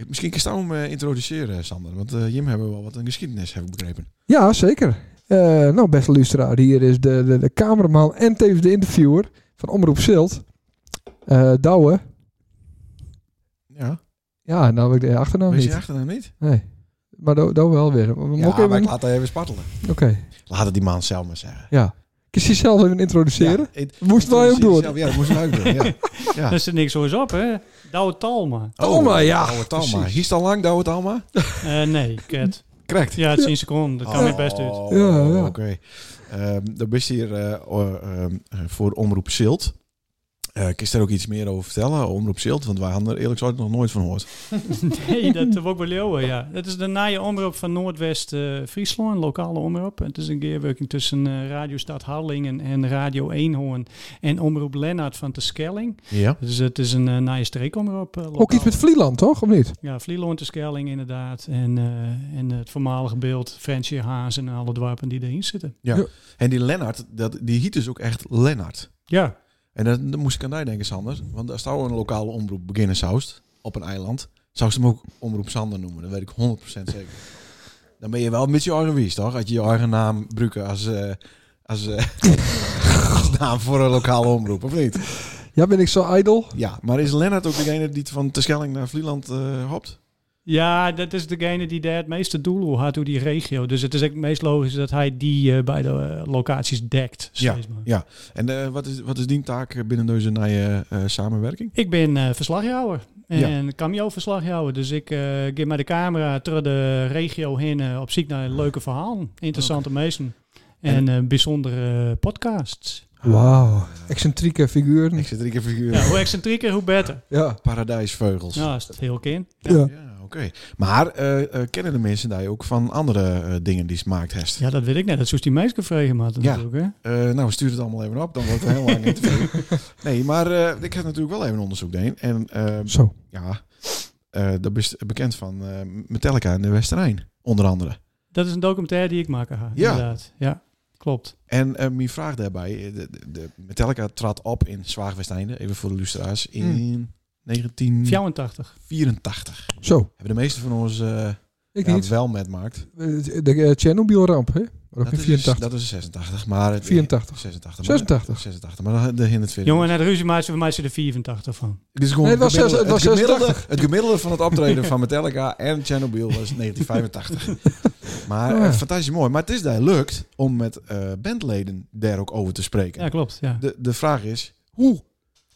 Misschien kan je hem eh, introduceren, Sander. Want eh, Jim hebben wel wat een geschiedenis, heb ik begrepen. Ja, zeker. Eh, nou, beste luisteraar, hier is de, de, de cameraman en tevens de interviewer van Omroep Zilt. Eh Douwe. Ja. Ja, nou heb ik de achternaam Weet je je niet. achternaam niet? Nee. Maar Dou- Douwe wel weer. We Ja, mogen maar even- ik Oké. laat hij even spartelen. Laat het die man zelf maar zeggen. Ja. Ik je zelf even introduceren? Ja, het- Moesten wij ook doen? Ja, dat moesten wij ook doen. Ja. Ja. Dat is er niks zo eens op, hè? Douwe Talma. Oh, Talma, ja, Douwe Talma. precies. Hier al lang, Douwe Talma? Eh, nee, ket. Correct. Ja, het is 10 seconden. Dat kan Oh, mij best uit. Ja, ja. Oké. Ehm, dan ben je hier eh, o- ehm, eh, voor Omroep Zilt. Eh kun je daar ook iets meer over vertellen? Omroep Zilt, want wij hadden er eerlijk gezegd nog nooit van gehoord. Nee, dat wordt bij Leeuwen, ja. Dat is de naaie omroep van Noordwest-Friesland, lokale omroep. Het is een keerwerking tussen eh, Radio Stad Harlingen en Radio Eenhoorn en Omroep Lennart van Teskelling. Ja. Dus het is een eh, naaie streekomroep. eh, Ook iets lokaal. met Vlieland, toch? Of niet? Ja, Vlieland en Skelling inderdaad. En, eh, en het voormalige beeld, Frensje, Haas en alle dorpen die erin zitten. En die Lennart, dat, die hiet dus ook echt Lennart. Ja, En dan, dan moest ik aan jou denken, Sander. Want als zou een lokale omroep beginnen zoust, op een eiland, zou ze hem ook Omroep Sander noemen. Dat weet ik 100% zeker. Dan ben je wel met je eigen wies, toch? Als je je eigen naam gebruiken als, eh, als, eh, als naam voor een lokale omroep, of niet? Ja, ben ik zo idol? Ja, maar is Lennart ook degene die het van Terschelling naar Vlieland eh, hopt? Ja, dat is degene die daar het meeste doel had door die regio. Dus het is ook het meest logisch dat hij die eh, bij de eh, locaties dekt. steeds maar. ja. En eh, wat, is, wat is die taak binnen deze nieuwe eh, samenwerking? Ik ben eh verslaghouwer Ja. en cameo-verslaghouwer. Dus ik eh geef met de camera door de regio heen eh, op zoek naar leuke verhalen, interessante mensen en eh, bijzondere eh, podcasts. Wauw. Excentrieke figuren. Ik zit drie keer figuur. Ja, hoe excentrieker, hoe beter. Ja. Paradijsvogels. Nou, is het heel kind. Ja. Ja, oké. Maar eh, eh, kennen de mensen daar ook van andere eh, dingen die ze maakt heeft? Ja, dat weet ik net. Dat zoest die meisje vragen, maar Ja. natuurlijk. Hè? Eh, nou, stuur het allemaal even op, dan wordt het heel lang interview. Nee, maar eh, ik heb natuurlijk wel even een onderzoek deed. En eh, Zo. ja, eh dat is bekend van eh, Metallica in de Westerijn, onder andere. Dat is een documentaire die ik maak. Ja. Ja. Inderdaad. Ja, klopt. En eh, mijn vraag daarbij, eh, de, de- de Metallica trad op in Zwaagwesteinde, even voor de luisteraars, in Hmm. 1984. 84. Zo. Hebben de meeste van ons eh, Ik ja, niet. wel met maakt. Eh, De eh, Chernobyl-ramp, hè? Maar ook in Dat is, dus- 84. dat is 86, maar... het- 84. 86. maar- 86. 86, maar de hindert weer. Jongen, naar de ruzie maakt ze voor mij ze er 84 van. het is gewoon Nee, het was gemiddelde- zes- het was gemiddelde, het gemiddelde van het optreden van Metallica en Chernobyl was 1985. maar Oh, Ja. eh, fantastisch mooi. Maar het is daar lukt om met eh, bandleden daar ook over te spreken. Ja, klopt. Ja. De, de vraag is, hoe?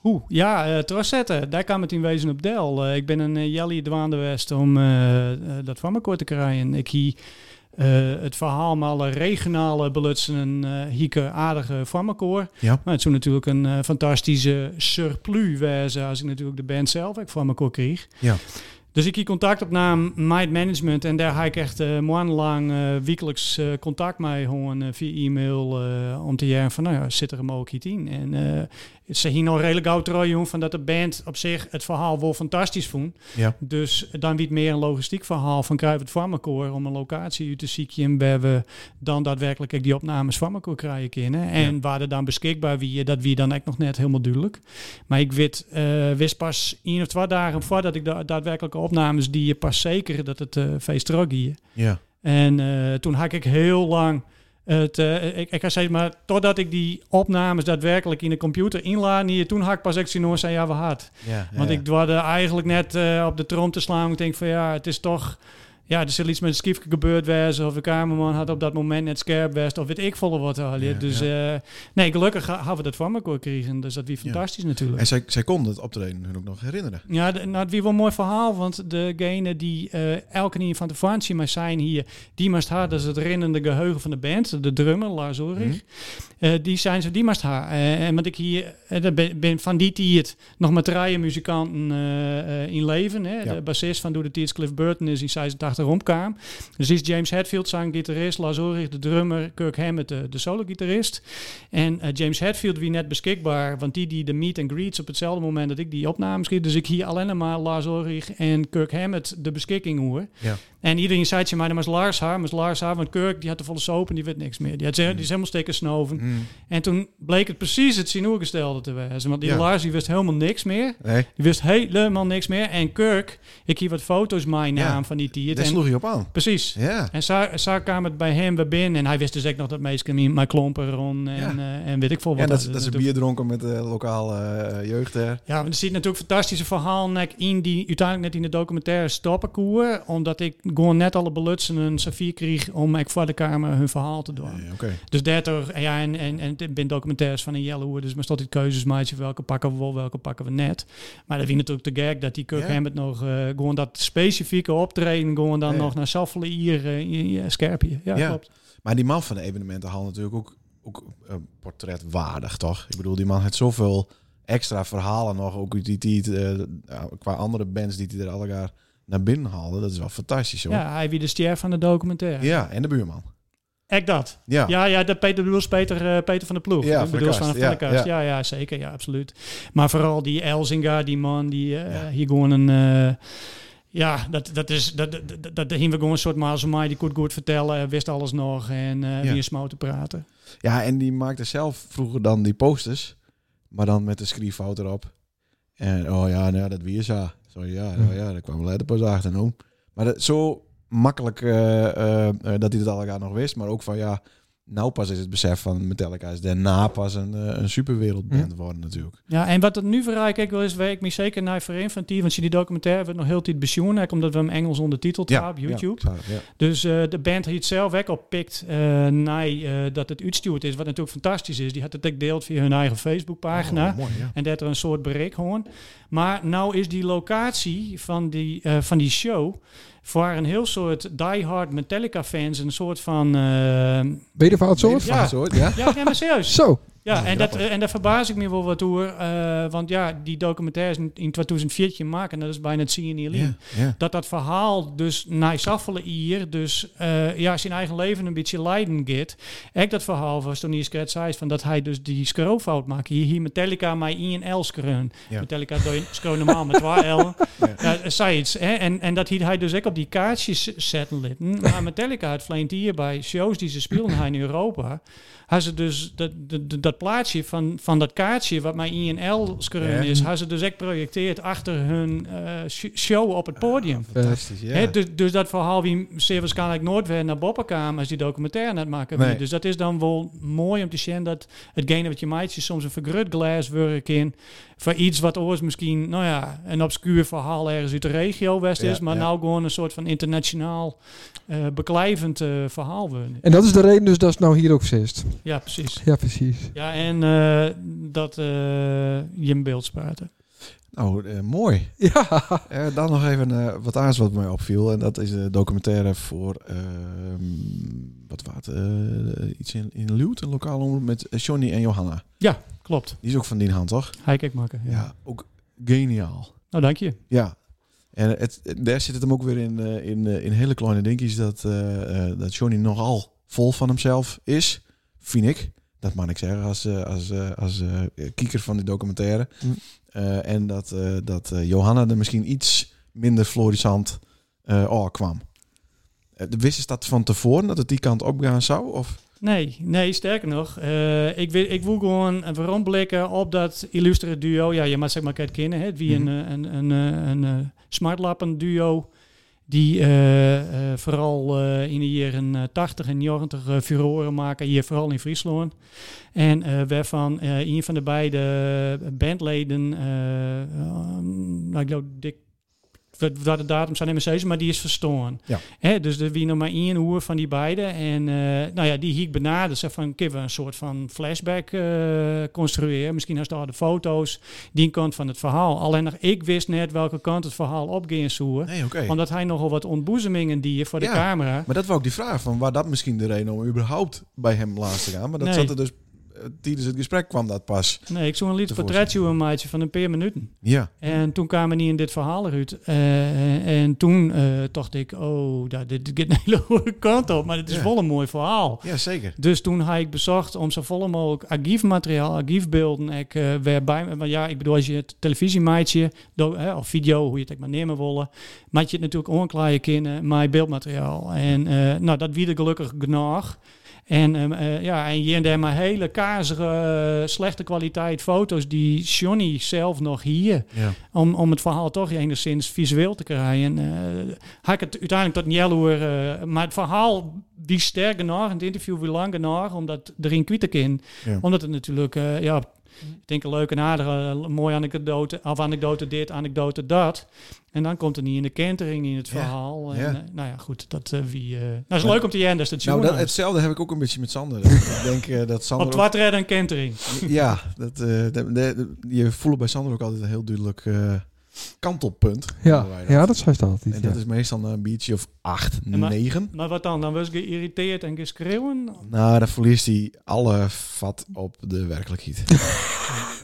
Oeh, ja, eh Trossette, daar kwam het in wezen op Del. Eh, ik ben een uh, Jelly dwaande geweest om eh, eh, dat van me kort te krijgen. Ik hie eh, het verhaal met alle regionale belutsen eh hieke aardige van me koor. Ja. Maar het zou natuurlijk een eh, fantastische surplus wezen als ik natuurlijk de band zelf ook van me kon kreeg. Ja. Dus ik hier contact opnam met management en daar had ik echt eh maandenlang eh wekelijks eh, contact mee gewoon eh, via e-mail eh, om te jaren van nou ja, zit er een mogelijkheid in. En eh ze hier nog redelijk oud trooi van dat de band op zich het verhaal wel fantastisch vond. Ja. Dus dan wie het meer een logistiek verhaal van Kruivert Farmacore om een locatie uit te zieken in waar we dan daadwerkelijk ook die opnames Farmacore krijgen kunnen. En waar er dan beschikbaar wie, dat wie dan echt nog net helemaal duidelijk. Maar ik weet, eh, wist pas één of twee dagen voordat ik de daadwerkelijke opnames die je pas zeker dat het eh, feest terug hier. Ja. En eh, toen hak ik heel lang. Het, eh, ik, ik had steeds maar totdat ik die opnames daadwerkelijk in de computer inladen hier, toen hak ik pas echt zien hoor, zei ja, we had. Ja. Want ik dwarde eigenlijk net eh, op de trom te slaan. Ik denk van ja, het is toch... Ja, er zit iets met een skiefje gebeurd wezen. Of een cameraman had op dat moment net scherp wezen. Of weet ik volle wat. al. Ja, dus eh, nee, gelukkig ha- hadden we dat van elkaar gekregen. Dus dat wie fantastisch natuurlijk. En zij, zij kon dat optreden hun ook nog herinneren. Ja, de- nou, het wie wel een mooi verhaal, want degene die eh elke nieuw van de vakantie maar zijn hier, die moest haar, dat is het rinnende geheugen van de band, de drummer, Lars Ulrich, eh, die zijn ze, die moest haar. Eh, en want ik hier, eh, dat ben, ben van die tiert nog met rijen muzikanten eh, eh, in leven. Hè. Ja. De bassist van Doe de Tiers, Cliff Burton, is in 86 rondkwam. Dus die is James Hetfield, zanggitarist, Lars Ulrich, de drummer, Kirk Hammett, de, de solo-gitarist. En eh, James Hetfield wie net beschikbaar, want die die de meet and greets op hetzelfde moment dat ik die opname schiet. Dus ik hier alleen maar Lars Ulrich en Kirk Hammett de beschikking hoor. Ja. En iedereen zei je maar, dat was Lars haar, maar Lars haar, want Kirk die had de volle soap en die weet niks meer. Die, had, ze- die is helemaal steken snoven. Hmm. En toen bleek het precies het sinuurgestelde te wezen, want die Ja. Lars die wist helemaal niks meer. Nee, Die wist helemaal niks meer. En Kirk, ik hier wat foto's mijn Ja. naam van die tiert. daar En, sloeg je op aan. precies. Ja. En zo, zo kwam het bij hem weer binnen. En hij wist dus ook nog dat meisje mijn klompen rond en, Ja. eh, en weet ik veel wat. En dat, dat ze natuurlijk- bier dronken met de lokale eh, jeugd daar. Ja, want er zit natuurlijk fantastische verhaal nek in die uiteindelijk net in de documentaire stoppen koer. Omdat ik gewoon net alle belutsen een safier kreeg om ik voor de kamer hun verhaal te doen. Oké. Dus daardoor, en ja, en, en, en het zijn documentaires van een Jelle Hoer, dus maar staat die keuzes maatje, welke pakken we wel, welke pakken we net. Maar dat vind ik natuurlijk de gek dat die Kirk Ja. Hammett nog eh, gewoon dat specifieke optreden, gewoon dan Ja. nog naar Saffelen hier eh, in in Scherpje. Ja, Ja. klopt. Maar die man van de evenementenhal natuurlijk ook, ook eh, portretwaardig, toch? Ik bedoel, die man had zoveel extra verhalen nog. Ook uit die, die eh, nou, qua andere bands die hij er allegaar naar binnen haalde. Dat is wel fantastisch, hoor. Ja, Ja, hij wie de ster van de documentaire. en de buurman. Echt dat. Ja. Ja, ja, dat Peter bedoel Peter, eh, Peter van der Ploeg. Ja, ik van de bedoel Kast. van de Ja, Vellenkast. Ja, ja. zeker. Ja, absoluut. Maar vooral die Elzinga, die man, die eh, hier gewoon een... eh, ja, dat, dat is... Dat, dat, dat, dat hing we gewoon een soort mazemai, die goed goed vertellen. eh, Wist alles nog en eh Ja. wie een smoot te praten. Ja, en die maakte zelf vroeger dan die posters. Maar dan met de schrieffout erop. En oh ja, nou, ja, dat weer zo. Zo ja, Hm. nou, ja, daar kwam later pas achter. Nou. Maar dat, zo makkelijk eh, eh, eh, dat hij dat allegaar nog wist. Maar ook van ja, nou pas is het besef van Metallica is daarna pas een, eh, een Hm. superwereldband worden natuurlijk. Ja, en wat het nu verrijk ik wil is, waar ik me zeker naar verin van die, want je die documentaire wordt nog heel tijd besjoen, ook omdat we hem Engels ondertiteld hebben op YouTube. Ja, ik zou- ja. Dus eh, de band heeft het zelf ook oppikt eh na eh, dat het uitstuurd is, wat natuurlijk fantastisch is. Die had het ook deeld via hun eigen Facebookpagina. Oh, mooi, ja. En dat er een soort bereik hoorn. Maar nou is die locatie van die, eh, van die show voor een heel soort diehard Metallica fans een soort van... eh, Ben je er van het soort? Van het soort, ja. ja, nee, maar serieus. Zo. Ja, en, dat, en daar verbaas ik me wel wat door. eh, want ja, die documentaires in, in 2014 maken, dat is bijna het zien in Ja, ja. dat dat verhaal dus naar Saffelen hier, dus eh, ja, zijn eigen leven een beetje leiden gaat. Echt dat verhaal was toen hij Scrat zei van dat hij dus die scrofout maakt. Hier, hier Metallica maar in een L scroon. Ja. Metallica doe je scroon normaal met waar L. Ja, eh, zei iets. Hè? En, en dat hij hij dus ook op die kaartjes zetten litten. Maar Metallica het vleent hier bij shows die ze speelden hij in Europa. Had ze dus dat, dat, dat plaatje van, van dat kaartje wat maar in een L scroon Ja. is, had ze dus echt projecteerd achter hun eh, sh- show op het podium. Fantastisch, ja. Eh, Hè, dus, dus dat verhaal wie zeer waarschijnlijk nooit weer naar Boppen kwam als die documentaire net maken. Nee. wie. Dus dat is dan wel mooi om te zien dat hetgene wat je meidjes soms een vergrut glas werk in voor iets wat oors misschien, nou ja, een obscuur verhaal ergens uit de regio west Ja, is, maar ja. nou gewoon een soort van internationaal eh beklijvend eh, verhaal worden. En dat is de reden dus dat ze nou hier ook zit. Ja, precies. Ja, precies. Ja, en eh, dat eh, je een beeld spaart. hè. Nou, eh, mooi. Ja. Eh, dan nog even eh, wat aans wat mij opviel. En dat is de documentaire voor, ehm, wat was het, eh, iets in, in Luwt, een lokale omroep, met eh, Johnny en Johanna. Klopt. Die is ook van die hand, toch? High maken. Ja. Ja, ook geniaal. Nou, dank je. Ja. En het, daar zit het hem ook weer in, eh, in, eh, in hele kleine dingetjes dat, eh, eh, dat Johnny nogal vol van hemzelf is. Vind ik. Dat mag ik zeggen als, eh, als, eh, als eh, kieker van die documentaire. Mm. Eh, en dat, eh, dat eh, Johanna er misschien iets minder florissant eh oh, kwam. Eh, Wisten ze dat van tevoren dat het die kant op gaan zou? Of? Nee, nee, sterker nog. eh, ik, wil, ik wil gewoon waarom blikken op dat illustere duo. Ja, je mag zeg maar het kennen. Hè, wie een, eh, een, een, eh, een, eh, smartlappen duo. Die eh, eh, vooral eh, in de jaren eh, 80 en 90 eh, furoren maken. Hier vooral in Friesland. En eh, waarvan eh, een van de beide bandleden... eh, ehm, nou, ik geloof Dick... Wat wat de datum zijn MSC's, maar die is verstoren. Hè, dus er wie nog maar één uur van die beiden. En eh, nou ja, die hiek benaderd. Ze van, kunnen we een soort van flashback eh, construeren? Misschien als daar de foto's, die kant van het verhaal. Alleen nog, ik wist net welke kant het verhaal opging zoer. Nee, oké. Omdat hij nogal wat ontboezemingen die voor de Ja. camera. Maar dat wou ik die vraag van waar dat misschien de reden om überhaupt bij hem laatst te gaan. Maar dat Nee. zat er dus eh, tijdens het gesprek kwam dat pas. Nee, ik zo'n lied Tevoorschijn. portretje een maatje van een paar minuten. Ja. En toen kwamen die in dit verhaal eruit. Eh, en toen eh, dacht ik, oh, dat, dit gaat een hele goede kant op. Maar het is Ja. wel een mooi verhaal. Ja, zeker. Dus toen had ik bezocht om zo vol mogelijk archiefmateriaal, archiefbeelden. Ik eh, weer bij me. Want ja, ik bedoel, als je het televisie maatje, do- hè, of video, hoe je het ook maar nemen willen, maat je het natuurlijk onklaaien kunnen, maar beeldmateriaal. En eh, nou, dat wierde gelukkig genoeg. En, ehm, eh, ja, en hier en daar maar hele kazige, eh, slechte kwaliteit foto's die Johnny zelf nog hier Ja. om, om het verhaal toch enigszins visueel te krijgen. eh had ik het uiteindelijk tot een jaloer. eh, maar het verhaal, die sterk genoeg, het interview weer lang genoeg, omdat erin kwijt te kunnen. Ja. Omdat het natuurlijk, eh, ja, ik denk een leuke en aardige, eh, mooie anekdote, of anekdote dit, anekdote dat. En dan komt er niet in de kentering in het Ja, verhaal. En, ja. eh, nou ja, goed, dat eh, wie... eh nou, is Maar- leuk om te jenden, dat Nou, nou, dat, hetzelfde heb ik ook een beetje met Sander. ik denk eh, dat Sander. Op ook- twat redden en kentering. ja, dat, eh, de- de- je voelt bij Sander ook altijd een heel duidelijk eh, kantelpunt. Noemen Ja, wij dat. ja, dat zei ze altijd. En ja. dat is meestal een biertje of acht, En maar- negen. Maar wat dan? Dan was ik geïrriteerd en geschreeuwen? Nou, dan verliest hij alle vat op de werkelijkheid.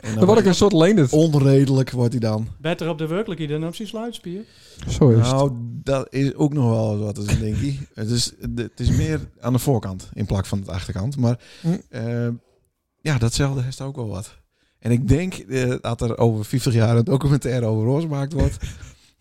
en dan Dan word ik een soort leendert. onredelijk, wordt hij dan. Beter op de werkelijkheid dan op zijn sluitspier? Zo is het. Nou, dat is ook nog wel eens wat, is, denk ik. Het is, het is meer aan de voorkant in plaats van de achterkant. Maar Hm. eh, ja, datzelfde heeft ook wel wat. En ik denk eh, dat er over 50 jaar een documentaire over ons gemaakt wordt.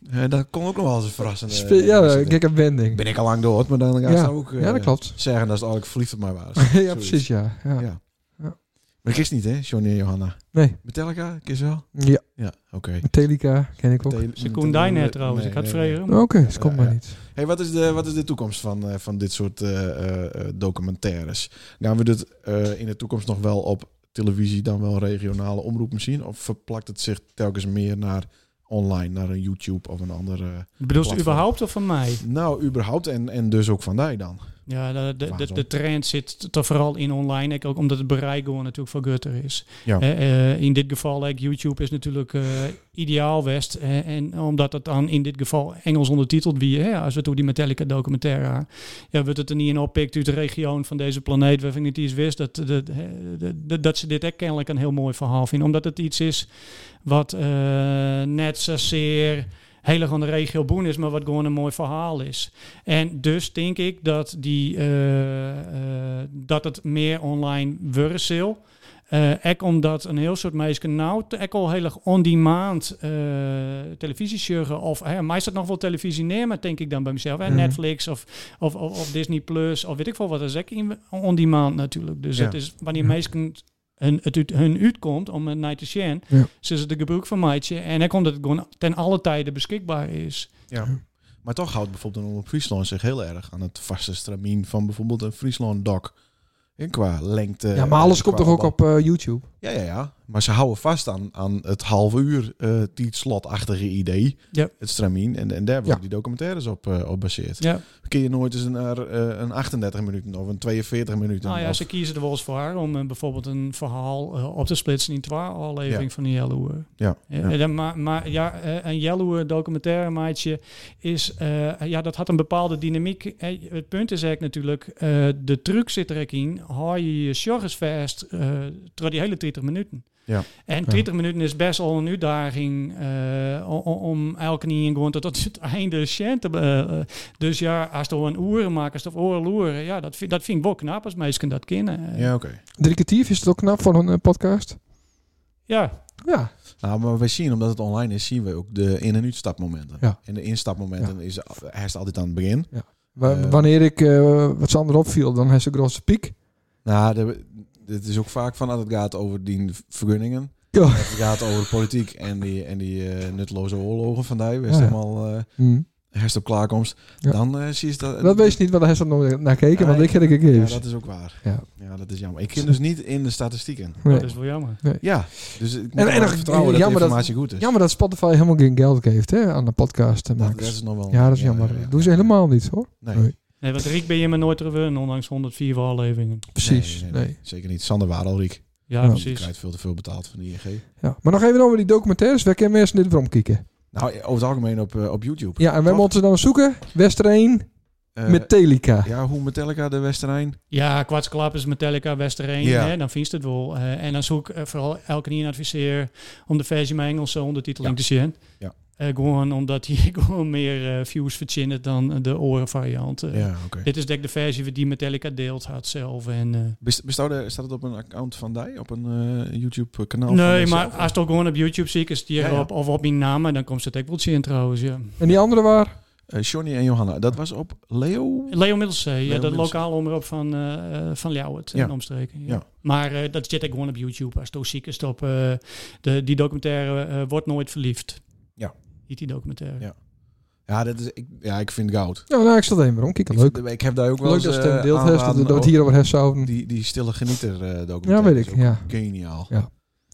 eh, dat kon ook nog wel eens een verrassende... Spe- ja, eh, verrassende- kijk een wending. ben ik al lang dood, maar dan ga Ja, ze ook eh, ja, dat klopt. zeggen dat ze eigenlijk verliefd op mij waren. ja, Zoiets. precies, ja. ja. Ja. Ja. Maar ik is niet, hè, Johnny en Johanna. Nee. Metallica, ik is wel? Ja, Ja, oké. Metallica ken ik ook. Tele- Ze kon Metallica- daar net trouwens. Nee, ik had nee, vrij nee. Oké, dus Ja, komt ja, maar ja. niet. Hey, wat, is de, wat is de toekomst van, eh, van dit soort eh, eh, eh, documentaires? Gaan we dit eh, in de toekomst nog wel op televisie, dan wel regionale omroep zien? Of verplakt het zich telkens meer naar online, naar een YouTube of een andere... Bedoel je Platform. überhaupt of van mij? Nou, überhaupt en, en dus ook van daar dan. Ja, de, de, de, Waarom? de trend zit toch vooral in online. Ik Ook omdat het bereik gewoon natuurlijk veel gutter is. Ja. Eh, eh, in dit geval, like, YouTube is natuurlijk eh, ideaal West. Eh, en omdat het dan in dit geval Engels ondertiteld wie, hè, als we toen die Metallica documentaire aan, ja, wordt het er niet in oppikt uit de regio van deze planeet, waarvan ik het iets wist, dat, dat, eh, dat, dat ze dit ook kennelijk een heel mooi verhaal vinden. Omdat het iets is wat eh, net zozeer heel erg aan de regio boen is, maar wat gewoon een mooi verhaal is. En dus denk ik dat, die, eh, eh, dat het meer online wurzil. Eh ook omdat een heel soort mensen nou te- ook al heel erg on-demand eh televisie sjuggen. Of hè, mij is dat nog wel televisie neer, maar denk ik dan bij mezelf. Hè, Mhm. Netflix of, of, of, of Disney Plus of weet ik veel wat. Dat is ook in- on-demand natuurlijk. Dus Ja. het is wanneer Ja. mensen hun, het uit, hun uitkomt om een night te zien, Ja. ze is de gebruik van maatje. En dan komt het gewoon ten alle tijden beschikbaar is. Ja. Maar toch houdt bijvoorbeeld een omroep Friesland zich heel erg aan het vaste stramien van bijvoorbeeld een Friesland doc. En eh, qua lengte. Ja, maar alles en komt qua toch ook opbouw. op eh, YouTube? Ja, ja, ja. Maar ze houden vast aan, aan het half uur eh tijdslotachtige idee. Ja. Het stramien. En, en daar worden Ja. die documentaires op, eh, op baseerd. Ja, Kun je nooit eens een, eh, een 38 minuten of een 42 minuten. nou ja, of- ze kiezen er wel eens voor haar om eh, bijvoorbeeld een verhaal eh, op te splitsen in twee afleveringen van een Yellow. eh. ja, Ja, ja. dan Maar, maar ja, eh, een Yellow documentaire maatje is, eh, ja, dat had een bepaalde dynamiek. Eh, Het punt is eigenlijk natuurlijk, eh, de truc zit er ook in, hou je je sjorgens vast eh door die hele 30 minuten. Ja. En 30 minuten is best al een uitdaging eh, o- o- om elke niet gewoon tot, tot het einde sjent te be- eh, eh, Dus ja, als er een oeren maakt, of oorloeren, ja, dat, vind- dat vind ik wel knap als mensen dat kennen. Eh, Ja, oké. Drie kwartier is het ook knap voor een eh, podcast. ja, Ja, Nou, maar wij zien, omdat het online is, zien we ook de in- en uitstapmomenten. Ja. En de instapmomenten is herst altijd aan het begin. Wa- Eh. wanneer ik eh, wat Sander opviel, dan heeft ze een grote piek. Nou, de- het is ook vaak van dat het gaat over die vergunningen. Ja. Dat het gaat over politiek en die, en die eh, nutteloze oorlogen van die. We zijn Ja. helemaal eh, Hm. herst op klaarkomst. Ja. Dan eh, zie je dat... Dat weet je niet, want hij heeft er nog naar gekeken, want Nee. ik heb ik Ja, gegevens. dat is ook waar. Ja. dat is jammer. Ik ken dus niet in de statistieken. Nee. dat is wel jammer. Ja, dus ik moet en en, nog- vertrouwen dat de jammer dat- informatie goed is. Jammer dat Spotify helemaal geen geld geeft hè, aan de dat, dat podcastmakers. is nog wel... Ja, dat is jammer. ja, Doen ze ja. helemaal niet hoor. Nee. Nee. Nee, want Riek ben je me nooit terug, ondanks 104 afleveringen. Precies. Nee, Nee, nee, nee. Zeker niet. Sander Waaralriek. Ja. Ja, Die precies. krijgt veel te veel betaald van de ING. Ja. Maar nog even over die documentaires. Waar kunnen mensen dit weer omkijken? Nou, over het algemeen op, eh, op YouTube. Ja, en wij Toch? moeten dan zoeken. Westereen, Eh, Metallica. Ja, hoe Metallica de Westerijn. Ja, Kwartsklap is Metallica, Westereen, Ja. hè, dan vindt het wel. Eh, en dan zoek ik eh, vooral elke keer een adviseer om de versie met Engelse ondertiteling te zien. Ja. Eh, gewoon omdat die gewoon meer eh, views verzinnen dan de oren variant. Eh, Ja, oké. Dit is denk ik de versie die Metallica deelt had zelf. En, eh, Best- bestaat er- staat het op een account van die? Op een eh, YouTube kanaal? van nee, mensen? maar als het ook gewoon op YouTube zie ik, is het hier Ja, ja. Op, of op mijn naam, dan komt het ook wel zien trouwens. Ja. En die andere waar? Eh, Johnny en Johanna. Dat was op Leo? Leo Middelzee, ja, dat Middelzee. lokaal omroep van, eh eh, van Ljouwert Ja. en omstreken. Ja. Ja. Maar eh, dat zit ik gewoon op YouTube. Als het ziek is op eh, de, die documentaire eh, Wordt Nooit Verliefd. Ja. Niet die documentaire. Ja. Ja, dat is, ik, ja, ik vind het goud. Nou, nou ik zal het even omkijken. Ik, Leuk. vind- ik heb daar ook wel Leuk eens dat ze het eh, deelt heeft, dat aanraden we het over hier over hebben zouden. Die, die stille genieter eh Ja, documentaire. weet is ook ik. Ja. Geniaal. Ja.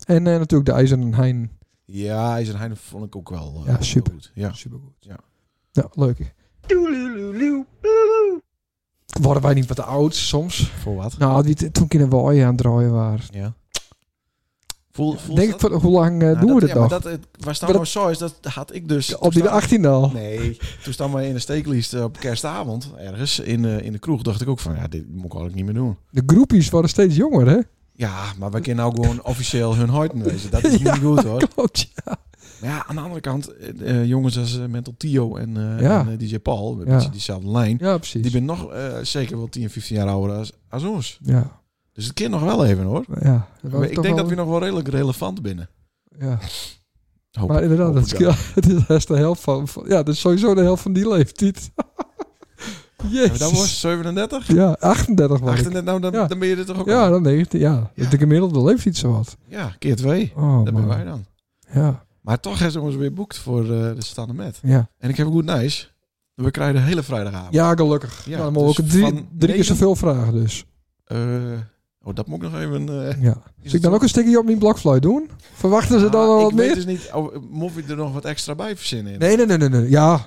En eh, natuurlijk de IJzeren Hein. Ja, IJs en Heine vond ik ook wel eh, Ja, super. goed. Ja. Supergoed. Ja. Ja, leuk. Worden wij niet wat oud soms? Voor wat? Nou, die, toen kinderen we aan het draaien waren. Ja. Voel, voel Denk ik, dat? van, hoe lang eh, Nou, doen we dit ja, maar nog? dat, het, waar staan Maar nou zo is, dat had ik dus... Op die toen staan- 18 al. Nee, toen staan we in de steeklijst eh, op kerstavond ergens in, eh, in de kroeg. Dacht ik ook van, ja, dit moet ik eigenlijk niet meer doen. De groepies worden steeds jonger, hè? Ja, maar we kunnen nou gewoon officieel hun huiden wezen. Dat is niet goed hoor. Klopt. ja. Maar ja, aan de andere kant, eh, eh, jongens als eh, Mental Tio en, eh, Ja. en, eh, DJ Paul, een Ja. beetje diezelfde lijn. Ja, precies. Die ben nog eh, zeker wel 10, 15 jaar ouder als, als ons. Ja, Dus het kind nog wel even hoor. ja. Dat was ik toch denk dat we wel- nog wel redelijk relevant binnen. Ja. Hoop Maar ik. inderdaad, Hoop dat ik is, het is best de helft van, van- Ja, dat is sowieso de helft van die leeftijd. Ja, maar Jezus. dat was 37? Ja, 38 was ik. 38, nou, dan, Ja. dan ben je er toch ook Ja, al? dan 19. Ja, Ja. de gemiddelde leeftijd zo wat. Ja, keer twee. Oh, dat man. ben wij dan. Ja, Maar toch hebben ze ons weer boekt voor eh, de staande met. ja. En ik heb een goed nice. We krijgen de hele vrijdagavond. ja gelukkig. Ja, Ja, dan mogen we dus ook drie, van drie keer negen- zoveel vragen dus. Eh, oh, dat moet ik nog even... eh, is Ja. Zal ik het dan ook een stukje op mijn blokfluit doen? Verwachten ze dan Ah, al ik wat weet meer? dus niet, of, mof je er nog wat extra bij verzinnen in? Nee, nee, nee, nee, nee. Ja.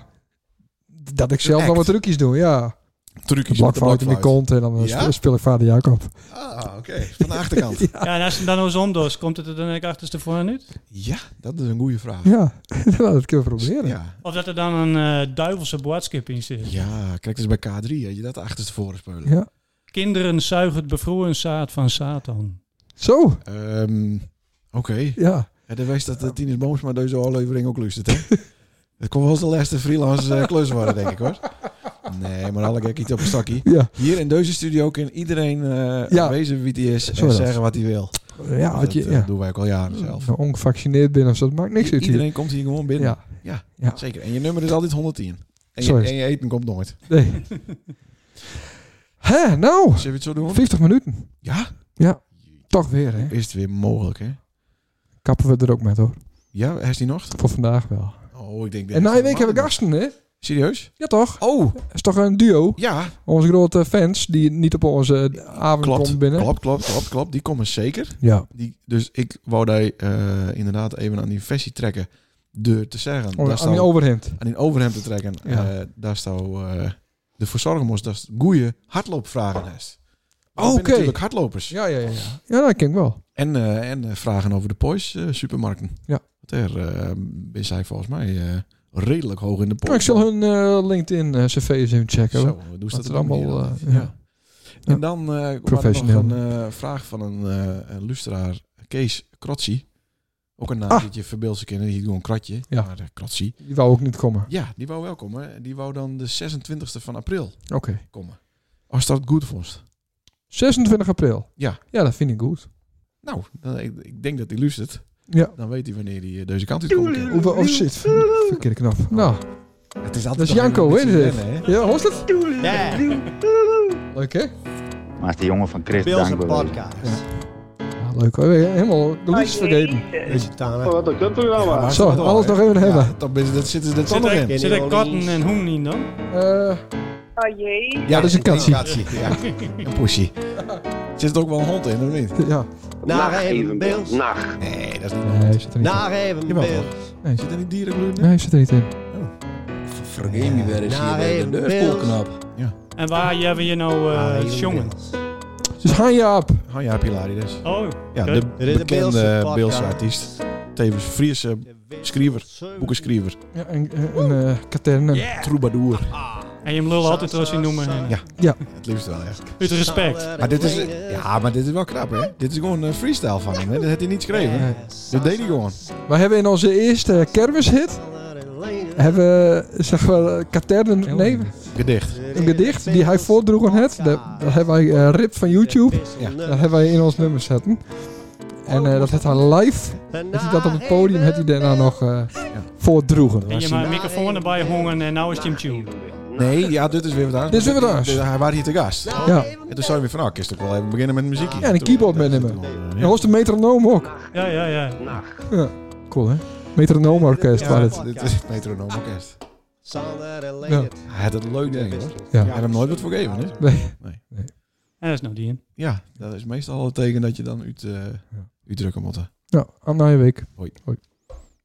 Dat ik zelf nog act. wat trucjes doe, ja. Trucjes met de Blokfluit in de blokfluit. kont en dan eh, Ja? speel ik vader Jacob. Ah, oké. Van de achterkant. ja. Ja, en als het dan nou zo'n dos, komt het er dan ook achterstevoren uit? dat is een goede vraag. Ja, nou, dat kunnen we proberen. Ja. Of dat er dan een eh, duivelse boodschap in zit. Ja, kijk, dus bij K3, hè, je dat achterstevoren spelen. Ja. Kinderen zuigen het bevroren zaad van Satan. Zo, Ehm, oké. ja. Ja, dan wees dat de Tinus Boomsma deze aflevering ook luistert, hè? Het kon wel eens de laatste freelance eh, klus worden, denk ik, hoor. Nee, maar alle gek iets op een stakkie. Ja, Hier in deze studio kan iedereen eh Ja. wezen wie die is Zo en dat. zeggen wat hij wil. ja, Dat had je, eh, ja. doen wij ook al jaren zelf. Nou, ongevaccineerd binnen, dus dat maakt niks uit. hier. iedereen komt hier gewoon binnen. Ja, Ja, Ja. zeker. En je nummer is altijd 110. En Zo je, is en je eten komt nooit. nee. Hè, nou, Zullen we het zo doen? 50 minuten. Ja? Toch weer, hè? Is het weer mogelijk, hè? Kappen we er ook met, hoor. Ja, heeft hij nog? Voor vandaag wel. Oh, ik denk... nou, en na je week hebben we gasten, hè? Serieus? Ja, toch? Oh, Dat is toch een duo? ja. Onze grote fans die niet op onze avond Klopt, komen binnen. klopt, klopt, klopt, klopt. Die komen zeker. Ja. Die, dus ik wou daar eh, inderdaad even aan die versie trekken. Deur te zeggen. Oh, daar aan die staan overhemd. aan die overhemd te trekken. Ja. eh, daar zou eh ervoor zorgen moest dat het goede hardloopvragen heeft. Oh, Ik ben oké. natuurlijk hardlopers. Ja, ja, ja. Ja, dat ken ik wel. En, eh, en eh, vragen over de Poys eh, supermarkten. Ja. Want daar eh, is hij volgens mij eh, redelijk hoog in de Maar Poys. ik zal hun eh, LinkedIn eh, cv's even checken. hoor. Zo, hoe doen ze Dat dat het allemaal... dan? eh, ja. ja. En dan eh, waren er Professioneel. nog een eh, vraag van een, eh een luisteraar, Kees Krotsi. Ook een naam Ah. dat je verbeeldt ze kennen. Die doet een kratje. Ja. Maar eh, Krotsi. Die wou ook niet komen. Ja, die wou wel komen. Die wou dan de 26e van april Oké. komen. Als dat goed vond. 26 april. Ja. Ja, dat vind ik goed. Nou, dan, ik, ik denk dat hij luistert. Ja. Dan weet hij wanneer hij eh, deze kant uit komt. Of, of shit. Verkeerde knop. Nou. Het is altijd Dat is toch Janko, even een hè, beetje dit? wennen, hè? Ja, hoort het? Leuk, hè? Maar de jongen van Chris Bills Dank een wel. podcast. Ja, leuk. hoor. Helemaal de liedjes vergeten. Is het aan, hè? Wat een kutprogramma. Maar Zo, gaat wel, alles hè? nog even hebben. Ja, dat, is- dat zit er dat zit Zit nog in. er, zit er Cotton en Hoem niet dan? Eh, Oh jee. Ja, dat is een katsie. Ja, een poesie. Zit er ook wel een hond in, of niet? Ja. Naar even even Bills. Nacht. Nee, dat is niet een Nee, hond. hij zit er niet in. Naar even Jawel, Bills. Zit er niet dierenkloed in? Nee, hij zit er niet in. Vergeet me weer eens Nou, hier even de beeld. deurspolknap. En waar hebben je nou Ah, Naar eh even jongen? Bills. Dus Hanja op. Oh ja, Pilarides. Oh, Ja, Oké. de Dit is de Beelse bekende podcast. Beelse artiest. Tevens Friese schrijver, boekenschrijver, Ja, en, en een eh katern. Yeah. troubadour. en je hem lul altijd als je noemen. hè? Ja. Ja. Het liefst wel, ja. Uit respect. Maar dit is, ja, maar dit is wel knap, hè? Dit is gewoon een freestyle van hem, hè? Dat had hij niet geschreven. Nee. Dat deed hij gewoon. We hebben in onze eerste kermishit, hebben we, zeg maar, katernen, nee, Gedicht. een gedicht die hij voordroeg aan het. Dat, dat hebben wij eh ripped van YouTube. Ja. Dat hebben wij in ons nummer zetten. En eh, dat had hij live, dat hij dat op het podium, had hij daarna nog eh voordroegen. En je maar een microfoon erbij hongen en nou is Jim Tune. Nee, ja, dit is weer wat anders. Dit is weer wat anders. Dit- Hij waren hier te gast. Ja. En toen zei hij weer van, nou, kist ook wel even beginnen met muziek. Ja, en een keyboard meenemen. En was de metronoom ook. Ja, ja, ja. Cool, hè? Metronoomorkest Ja, was dit, het. dit is het metronoom orkest. Ja. Hij had het leuk ding, hoor. Ja. Hij had hem nooit wat voor gegeven, hè? Nee. En dat is nou die in. Ja, dat is meestal al het teken dat je dan uit, eh, Ja. uitdrukken moet. Nou, aan na je week. Hoi. Hoi.